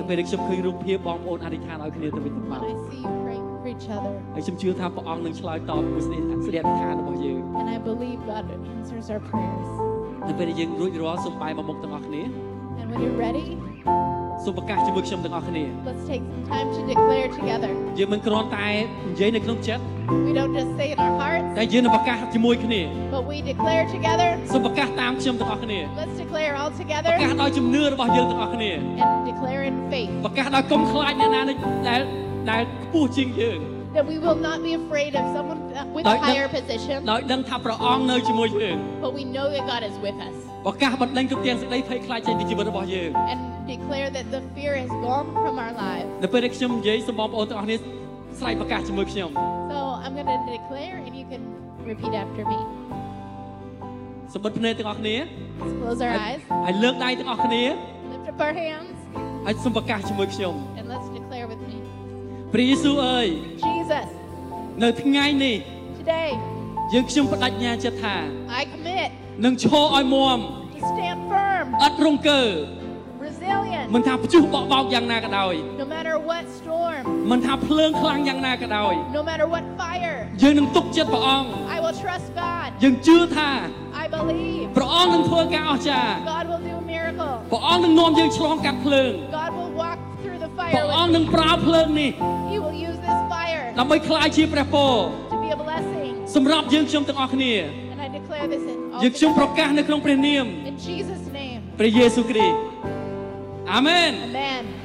Speaker 1: នៅពេល
Speaker 2: joy
Speaker 1: ដែលខ្ញុំឃើញរូបភាពបងប្អូនអធិដ្ឋានឲ្យគ្នាទៅវិញទៅមក
Speaker 2: when I see you praying for each other.
Speaker 1: ហើយខ្ញុំជឿថាព្រះអង្គនឹងឆ្លើយតបមួយសេចក្តីសេចក្តីអធិដ្ឋានរបស់យើង
Speaker 2: And I believe God answers our prayers.
Speaker 1: នៅពេលដែលយើងរួចរាល់សូមបាយមកមុខទាំងអស់គ្នា
Speaker 2: And when you're ready,
Speaker 1: សូមប្រកាសជាមួយខ្ញុំទាំងអស់គ្នា
Speaker 2: Let's take some time to declare together.
Speaker 1: យើងមិនគ្រាន់តែនិយាយនៅក្នុងចិត្ត
Speaker 2: We don't just say it in our hearts,
Speaker 1: តែយើងនឹងប្រកាសជាមួយគ្នា
Speaker 2: but we declare together.
Speaker 1: សូមប្រកាសតាមខ្ញុំទាំងអស់គ្នា
Speaker 2: Let's declare all
Speaker 1: ប្រកាស
Speaker 2: together
Speaker 1: ដោយជំនឿរបស់យើងទាំងអស់គ្នា
Speaker 2: and declare in faith
Speaker 1: ប្រកាសដោយកុំខ្លាចអ្នកណាដែលដែលខ្ពស់ជាងយើង
Speaker 2: that we will not be afraid of someone uh, with a
Speaker 1: Like the-
Speaker 2: higher position,
Speaker 1: ដោយដឹងថាព្រះអង្គនៅជាមួយយើង
Speaker 2: but we know that God is with us.
Speaker 1: ប្រកាសបណ្ដឹងគ្រប់ទាំងសេចក្តីភ័យខ្លាចចេញពីជីវិតរបស់យើង
Speaker 2: and declare that the fear has gone from our lives.
Speaker 1: នៅពេលដែលខ្ញុំនិយាយសូមបងប្អូនទាំងអស់គ្នាស្រែកប្រកាសជាមួយខ្ញុំ
Speaker 2: So I'm going to declare, and you can repeat after me.
Speaker 1: សម្បត្តិភ្នែកទាំងអស់គ្នា
Speaker 2: Let's close our
Speaker 1: ហើយ
Speaker 2: eyes,
Speaker 1: ហើយលើកដៃទាំងអស់គ្នា
Speaker 2: lift up our hands,
Speaker 1: ហើយសូមប្រកាសជាមួយខ្ញុំ
Speaker 2: and let's declare with me
Speaker 1: ព្រះយេស៊ូវអើយ
Speaker 2: Jesus,
Speaker 1: នៅថ្ងៃនេះ
Speaker 2: today
Speaker 1: យើងខ្ញុំបដិញ្ញាចិត្តថា
Speaker 2: I commit
Speaker 1: នឹងឈរឲ្យមាំ
Speaker 2: to stand firm,
Speaker 1: ឥតរង្គើ
Speaker 2: resilient,
Speaker 1: មិនថាព្យុះបក់បោកយ៉ាងណាក៏ដោយ
Speaker 2: no matter what storm,
Speaker 1: មិនថាភ្លើងខ្លាំងយ៉ាងណាក៏ដោយ
Speaker 2: no matter what fire.
Speaker 1: យើងនឹងទុកចិត្តព្រះអង្គ
Speaker 2: I will trust God.
Speaker 1: យើងជឿថា
Speaker 2: I believe
Speaker 1: ព្រះអង្គនឹងធ្វើការអស្ចារ្យ
Speaker 2: God will do a miracle.
Speaker 1: ព្រះអង្គនឹងនាំយើងឆ្លងកាត់ភ្លើង
Speaker 2: God will walk through the
Speaker 1: ព្រះ
Speaker 2: fire.
Speaker 1: អង្គនឹងប្រើភ្លើងនេះ
Speaker 2: With me. He will use this fire
Speaker 1: ដើម្បីក្លាយជាព្រះពរ
Speaker 2: to be a blessing.
Speaker 1: សម្រាប់យើងខ្ញុំទាំងអស់គ្នា
Speaker 2: And I declare this in all
Speaker 1: យើងខ្ញុំ
Speaker 2: together.
Speaker 1: ប្រកាសនៅក្នុងព្រះនាម
Speaker 2: In Jesus' name,
Speaker 1: ព្រះយេស៊ូវគ្រីស្ទអាមែន
Speaker 2: amen.